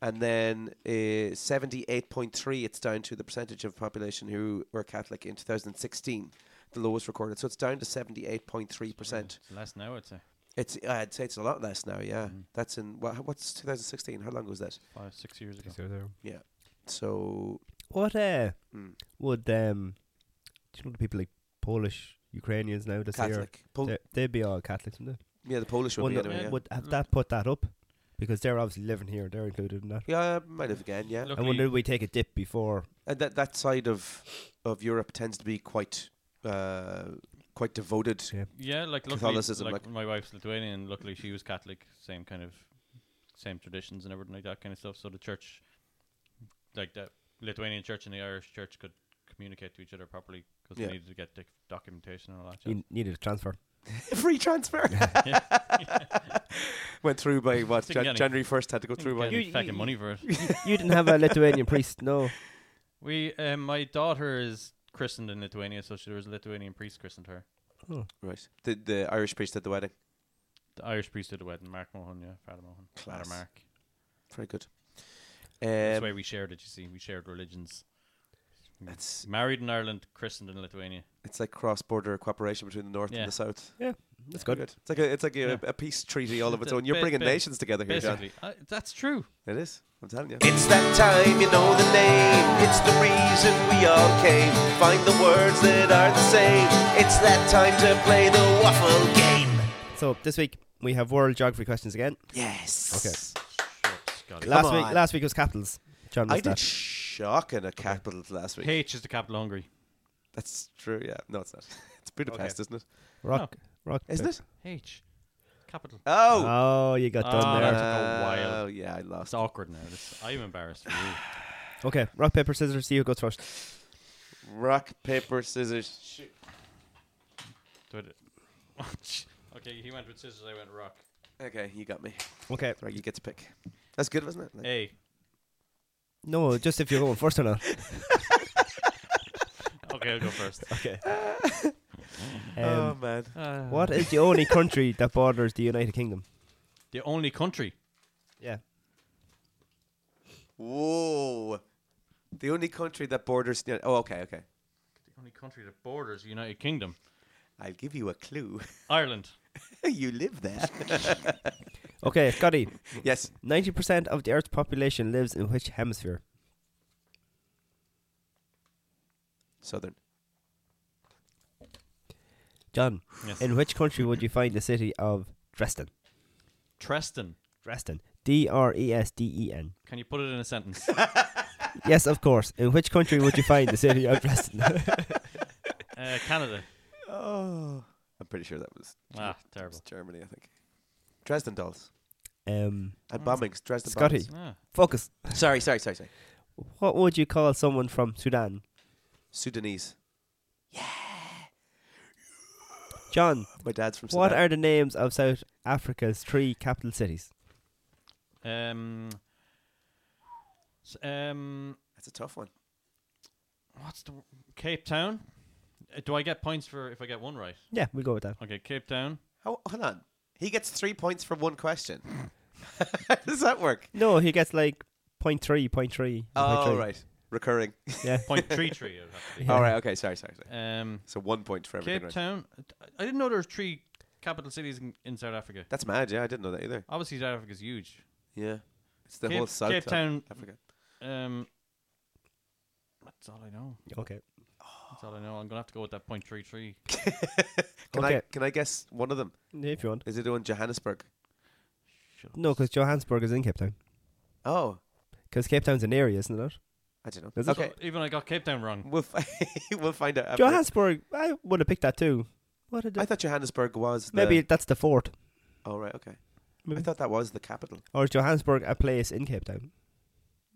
B: And then uh, 78.3, it's down to the percentage of population who were Catholic in 2016, the lowest recorded. So it's down to 78.3%.
C: It's less now, I'd say.
B: It's I'd say it's a lot less now, yeah. That's in, wha- what's 2016? How long was that?
C: Five six years ago.
B: Yeah. So
D: What uh,
B: Mm.
D: would um, do you know the people like Polish Ukrainians now this year?
B: Catholic. Pol-
D: They- They'd be all Catholics, wouldn't they?
B: Yeah, the Polish would be
D: Wouldn't it-
B: anyway. Yeah.
D: Would have that put that up because they're obviously living here. They're included in that.
B: yeah, might have again. Yeah,
D: I
C: Luckily,
D: wonder if we take a dip before
B: and that that side of of Europe tends to be quite uh, quite devoted.
D: Yeah.
C: yeah, like luckily,
B: Catholicism,
C: Like,
B: like-
C: my wife's Lithuanian, and luckily she was Catholic, same kind of, same traditions and everything like that kind of stuff. So the church, like the Lithuanian church and the Irish church, could communicate to each other properly because
B: Yeah.
C: they needed to get doc- documentation and all that. jazz.
D: you needed a transfer.
B: [laughs] Free
D: [laughs]
B: transfer [laughs] went through by what
C: Didn't
B: Jan-
C: get any-
B: January first had to go through by.
C: Get any
D: You-
C: fucking
D: you-
C: money for it.
D: [laughs] [laughs] You didn't have a Lithuanian priest, no.
C: we, um, my daughter is christened in Lithuania, so she, there was a Lithuanian priest christened her.
B: Right, the the Irish priest at the wedding.
C: The Irish priest did the wedding, Mark Mohan, yeah, Father Mohan,
B: Class.
C: Father Mark.
B: Very good.
C: That's
B: Um,
C: why we shared it. You see, we shared religions.
B: it's
C: Married in Ireland, christened in Lithuania.
B: it's like cross border cooperation between the north
C: Yeah.
B: and the south.
D: Yeah, that's
B: Very
D: good.
B: It's like a it's like a,
C: Yeah.
B: a peace treaty all of
C: [laughs]
B: its
C: a
B: own. You're
C: bit-
B: bringing
C: bit-
B: nations together here, John.
C: Basically, uh, that's true.
B: It is. I'm telling you.
A: It's that time, you know the name. It's the reason we all came. Find the words that are the same. It's that time to play the waffle game.
D: So this week we have world geography questions again.
A: Yes. Okay.
D: last week last week was capitals. John
B: I
D: missed
B: did
D: that.
B: shocking at capitals last week.
C: H is the capital of Hungary.
B: That's true. Yeah. No, it's not. [laughs] It's Budapest, isn't it?
D: rock rock
B: Isn't it?
C: H, capital.
B: Oh.
D: Oh you got done
C: Ah,
D: there.
C: that took a while.
B: Oh, yeah, I
C: It's
B: lost. [laughs]
C: awkward now. This, I'm embarrassed for you.
D: Okay, rock, paper, scissors, see who goes first.
B: Rock, paper, scissors. Shoot.
C: [laughs] okay, he went with scissors. I went rock.
B: Okay, you got me.
D: Okay.
B: That's right, you get to pick. That's good, wasn't it? Like-
C: Hey,
D: No, just if you're going first or not.
C: okay, I'll go
B: [laughs]
C: first.
D: Okay.
B: oh
D: Um,
B: man.
D: What is the only country that borders the United Kingdom?
C: The only country.
D: Yeah.
B: Whoa. The only country that borders. yeah, Oh, okay, okay.
C: The only country that borders the United Kingdom.
B: I'll give you a clue. [laughs]
C: Ireland.
B: you live [laughs] there.
D: Okay, Scotty.
B: yes.
D: 90% of the Earth's population lives in which hemisphere?
B: Southern.
D: John,
C: Yes.
D: in which country would you find the city of Dresden?
C: Treston.
D: Dresden. D R E S D E N.
C: Can you put it in
B: [laughs]
C: a sentence?
D: Yes, of course. In which country would you find the city of
B: [laughs]
D: Dresden?
C: uh, Canada.
B: Oh. I'm pretty sure that was
C: Ah,
B: it was
C: terrible.
B: Germany, I think. Dresden dolls.
D: um,
B: And bombings. Dresden
D: Scotty,
C: Ah.
D: focus.
B: bombings. Sorry, sorry, sorry, sorry.
D: What would you call someone from Sudan?
B: Sudanese.
D: John,
B: My dad's from Sudan.
D: what are the names of South Africa's three capital cities?
C: Um. s- Um.
B: That's a tough one.
C: What's the w- Cape Town? Uh, Do I get points for if I get one right?
D: Yeah, we'll go with that.
C: Okay, Cape Town.
B: How, hold on. He gets three points for one question. [laughs] How does that work?
D: No, he gets like point three, point three. point
B: Oh,
D: three.
B: right. Recurring.
D: Yeah.
C: Point three three. It would have to be.
B: [laughs] All right, okay, sorry, sorry, sorry.
C: Um.
B: So one point for everything,
C: Cape
B: right?
C: Town. I- I didn't know there were three capital cities in, in South Africa.
B: That's mad, yeah, I didn't know that either.
C: Obviously, South Africa's huge.
B: Yeah. It's the
C: Cape-
B: whole South
C: Cape
B: of
C: Town-
B: Africa.
C: Um. That's all I know.
D: Okay.
C: That's all I know. I'm gonna have to go with that point three three.
B: Can I
D: Okay.
B: can I guess one of them?
D: If you want.
B: Is it on Johannesburg?
D: No, because Johannesburg is in Cape Town.
B: Oh,
D: Because Cape Town's an area, isn't it?
B: I don't
D: Is
B: know.
D: it?
B: Okay,
C: Even I got Cape Town wrong.
B: [laughs] we'll fi- [laughs] we'll find out. after.
D: Johannesburg, I would have picked that too. What did
B: I thought Johannesburg was the,
D: Maybe that's the fort.
B: Oh right, okay. I
D: Maybe.
B: thought that was the capital.
D: Or is Johannesburg a place in Cape Town?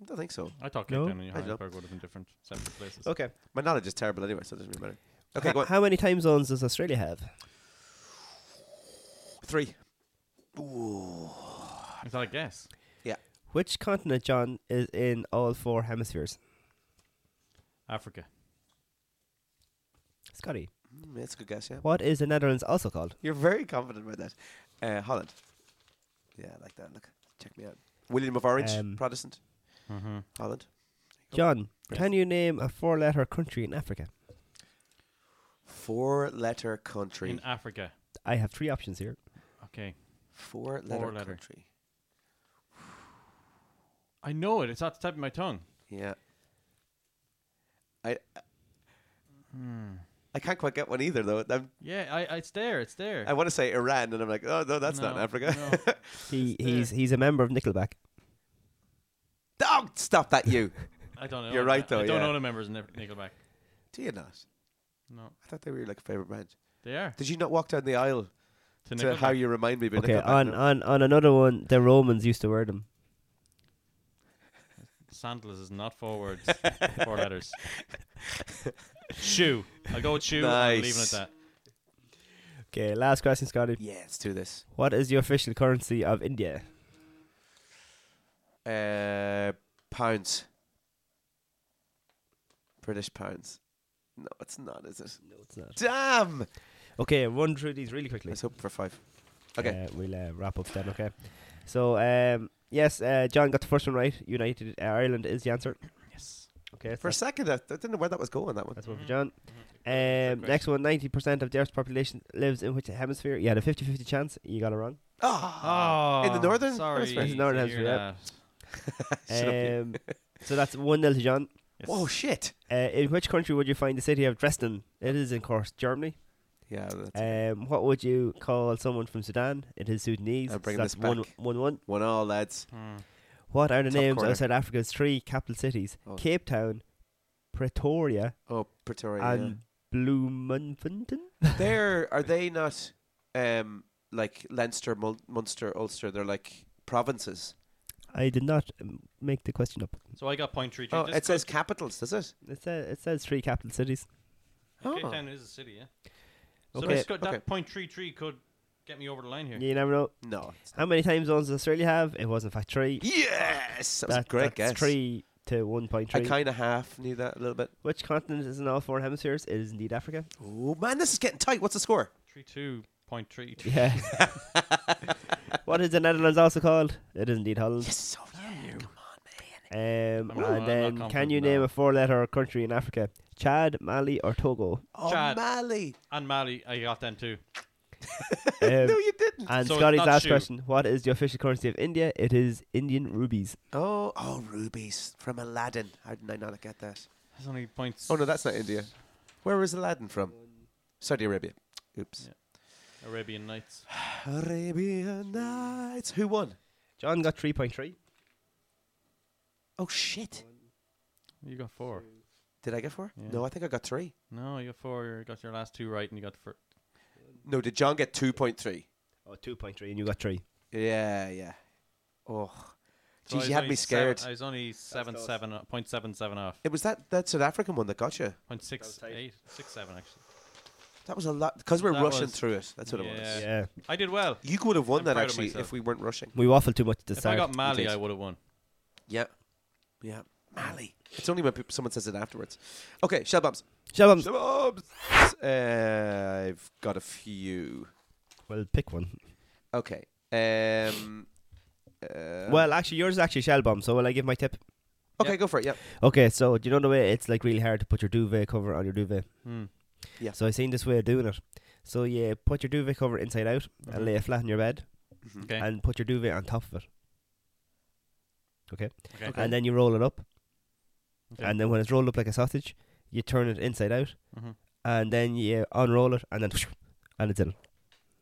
B: I don't think so.
C: I thought Cape
D: No?
C: Town and
B: I don't know.
C: Johannesburg would have been different, separate
B: [laughs]
C: places.
D: Okay.
B: My knowledge is terrible anyway, so it doesn't really matter. Okay, go on.
D: How many time zones does Australia have?
B: Three.
C: Is that a guess?
D: Which continent, John, is in all four hemispheres?
C: Africa.
D: Scotty.
B: Mm, that's a good guess. Yeah,
D: What is the Netherlands also called?
B: you're very confident about that. Uh, Holland. Yeah, I like that. Look, check me out. William of Orange,
D: Um,
B: Protestant,
C: Mm-hmm.
B: Holland.
D: John, can you name a four letter country in Africa?
B: Four-letter country.
C: In Africa.
D: I have three options here.
C: Okay.
B: Four-letter
C: four-letter.
B: country.
C: I know it. It's at the tip of my tongue.
B: Yeah. I. uh,
C: Hmm.
B: I can't quite get one either, though. I'm,
C: Yeah, I, I, it's there. It's there.
B: I want to say Iran, and I'm like, oh no, that's not
C: No,
B: Africa. [laughs]
C: no.
D: He he's he's a member of Nickelback.
B: oh, stop that, you.
C: I
B: [laughs]
C: don't know.
B: You're right, though,
C: I don't
B: yeah.
C: know the members of Nic- Nickelback.
B: Do you not?
C: No,
B: I thought they were like a favorite band.
C: they are.
B: Did you not walk down the aisle
C: To
B: to
C: Nickelback.
B: how you remind me? About
D: Okay,
B: Nickelback,
D: on,
B: no?
D: on on another one, the Romans used to wear them.
C: Sandals is not forwards.
B: [laughs]
C: Four letters. shoe. I'll go with shoe. I'm leaving it
B: Nice.
C: at that.
D: Okay, last question, Scotty.
B: Yeah, let's do this.
D: What is the official currency of India?
B: Uh, pounds. British pounds. No, it's not, is it?
D: No, it's not.
B: Damn!
D: Okay, run through these really quickly.
B: Let's hope for five. Okay.
D: Uh, we'll uh, wrap up then, okay? So, um, yes, uh, John got the first one right. United uh, Ireland is the answer.
C: Yes.
D: Okay,
B: For a
D: that's,
B: second, I, I didn't know where that was going. That one.
D: that's one for John.
B: Mm-hmm.
D: Um, next one 90% of the Earth's population lives in which hemisphere? You had a 50 50 chance. You got it wrong.
B: Ah, in the northern.
C: Oh, sorry.
B: hemisphere.
D: In the northern
C: to
D: hemisphere,
C: hear
D: yeah.
C: that.
B: [laughs] Shut up, you. [laughs]
D: Um, so that's 1 0 to John.
C: Yes.
B: Whoa, shit!
D: Uh, in which country would you find the city of Dresden? It is, of course, Germany.
B: Yeah, that's
D: Um, what would you call someone from Sudan? It is Sudanese.
B: I'm bringing
D: so that's
B: this
D: one,
B: back.
D: one, one.
B: one all lads.
C: Hmm.
D: What are the
B: Top
D: names
B: corner.
D: of South Africa's three capital cities?
B: Oh.
D: Cape Town, Pretoria,
B: Oh, Pretoria. yeah.
D: and Bloemfontein.
B: They're are they not um like Leinster, Mul- Munster, Ulster? They're like provinces.
D: I did not um, make the question up.
C: So I got point three three.
B: Oh, it says capitals, does it?
D: It says it says three
B: [laughs]
D: capital cities.
C: Cape
B: oh.
C: Town is a city, yeah. So
D: Okay.
C: this could,
D: Okay.
C: that point three three could get me over the line here.
D: You never know.
B: No.
D: How many time zones does Australia have? It was in fact three.
B: Yes, that was a great
D: that's
B: guess.
D: Three to one point three.
B: I kind of half knew that a little bit.
D: Which continent is in all four hemispheres? It is indeed Africa.
B: Oh man, this is getting tight. What's the score?
C: Three two point three. two.
D: Yeah. [laughs] what is the Netherlands also called? It is indeed Holland. Yes, Um,
C: I'm not- I'm not
D: and then, can
C: confident
D: you
C: now.
D: name a four-letter country in Africa? Chad, Mali, or Togo?
B: Oh,
C: Chad.
B: Mali.
C: And Mali, I got them too.
D: no, you
B: didn't.
D: Um, And
C: So it's
D: Scotty's
C: not
D: last
C: shoe.
D: question: What is the official currency of India? It is Indian rupees.
B: Oh, oh, rubies from Aladdin. How did I not get that?
C: There's only points.
B: Oh no, that's not India. Where was Aladdin from? Saudi Arabia. Oops.
C: Arabian Nights.
B: Arabian Nights. Who won?
D: John got three point three.
B: Oh shit!
C: You got four.
B: Did I get four? No, I think I got three.
C: No, you got four. You got your last two right, and you got the first.
B: No, did John get two point three?
D: Oh, two point three, and you got three.
B: Yeah, yeah. Oh,
C: So I
B: geez,
C: was
B: you had
C: only
B: me scared.
C: Seven, I was only seven seven uh, point seven seven off.
B: It was that that South African one that got you.
C: Point six eight six seven actually.
B: That was a lot because we're
C: That
B: rushing
C: was-
B: through it. That's what it
C: Yeah.
B: was.
D: Yeah,
C: I did well.
B: You could have won
C: I'm
B: that
C: proud of
B: actually
C: myself.
B: if we weren't rushing.
D: we waffled too much at the
C: If I
D: start.
C: got Mali,
B: did.
C: I would have won.
B: Yeah, yeah. Mali. It's only when peop someone says it afterwards. Okay, shell bombs.
D: Shall I-
B: Shell bombs. Uh, I've got a few.
D: Well, pick one.
B: Okay. Um. uh,
D: well, actually, yours is actually shell bomb. So will I give my tip?
B: Okay, go for it. Yeah.
D: Okay, so do you know the way it's like really hard to put your duvet cover on your duvet?
C: Hmm.
B: Yeah.
D: So I seen this way of doing it. So you put your duvet cover inside out and
C: Mm-hmm.
D: lay it flat on your bed,
C: Okay.
D: and put your duvet on top of it. Okay.
C: Okay.
D: And then you roll it up,
C: Okay.
D: and then when it's rolled up like a sausage, you turn it inside out,
C: Mhm.
D: and then you unroll it, and then and it's in.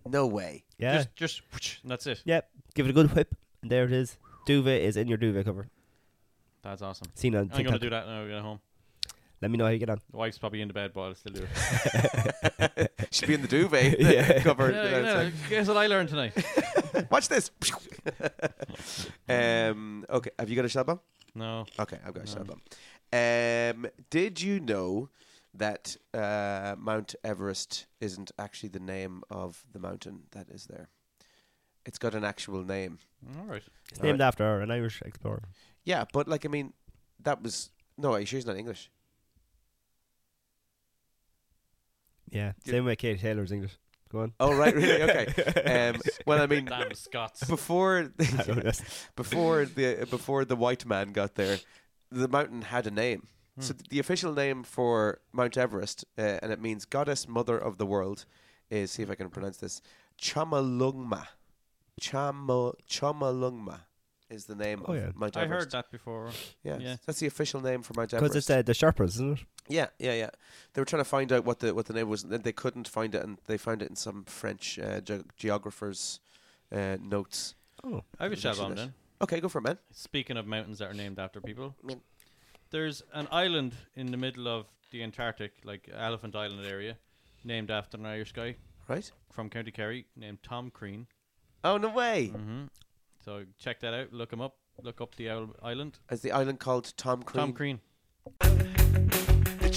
B: No way.
D: Yeah.
C: Just, just, whoosh, and that's it.
D: yep. Give it a good whip, and there it is. Duvet is in your duvet cover.
C: That's awesome.
D: Seen on
C: I'm gonna
D: TikTok.
C: do that now. We get home.
D: Let me know how you get on.
C: The wife's probably in the bed, but I'll still [laughs] do it.
B: Should be in the duvet [laughs] covered.
C: [laughs] yeah, yeah, guess what I learned [laughs] tonight.
B: Watch this. [laughs] um. Okay. Have you got a shell bomb?
C: No.
B: Okay, I've got a shell bomb. Um, did you know that uh, Mount Everest isn't actually the name of the mountain that is there? It's got an actual name.
C: All right.
D: It's named after an Irish explorer.
B: Yeah, but like I mean, that was no. Are you sure it's not English?
D: Yeah. Same way Katie Taylor's English. Go on.
B: Oh right, really?
D: [laughs]
B: Okay. um, well, I mean,
C: Damn Scots.
B: before [laughs]
D: don't know.
B: before the before the white man got there, the mountain had a name.
D: Hmm.
B: So th- the official name for Mount Everest, uh, and it means goddess mother of the world, is see if I can pronounce this Chamalungma. Chamo Chamalungma is the name
D: Oh,
B: of
D: yeah.
B: Mount
C: I
B: Everest.
C: heard that before.
B: Yeah,
C: yeah.
B: that's the official name for Mount Everest.
D: Because it's uh, the Sherpas, isn't it?
B: Yeah, yeah, yeah. They were trying to find out what the what the name was, and then they couldn't find it, and they found it in some French uh, ge- geographer's uh, notes.
D: Oh.
C: I have a shout
B: Mention
C: out
B: it.
C: then.
B: Okay, go for it, man.
C: Speaking of mountains that are named after people, there's an island in the middle of the Antarctic, like Elephant Island area, named after an Irish guy
B: Right?
C: from County Kerry named Tom Crean.
B: Oh no way!
C: Mm-hmm. So check that out. Look him up. Look up the isl- island.
B: Is the island called Tom Crean?
C: Tom Crean.
A: The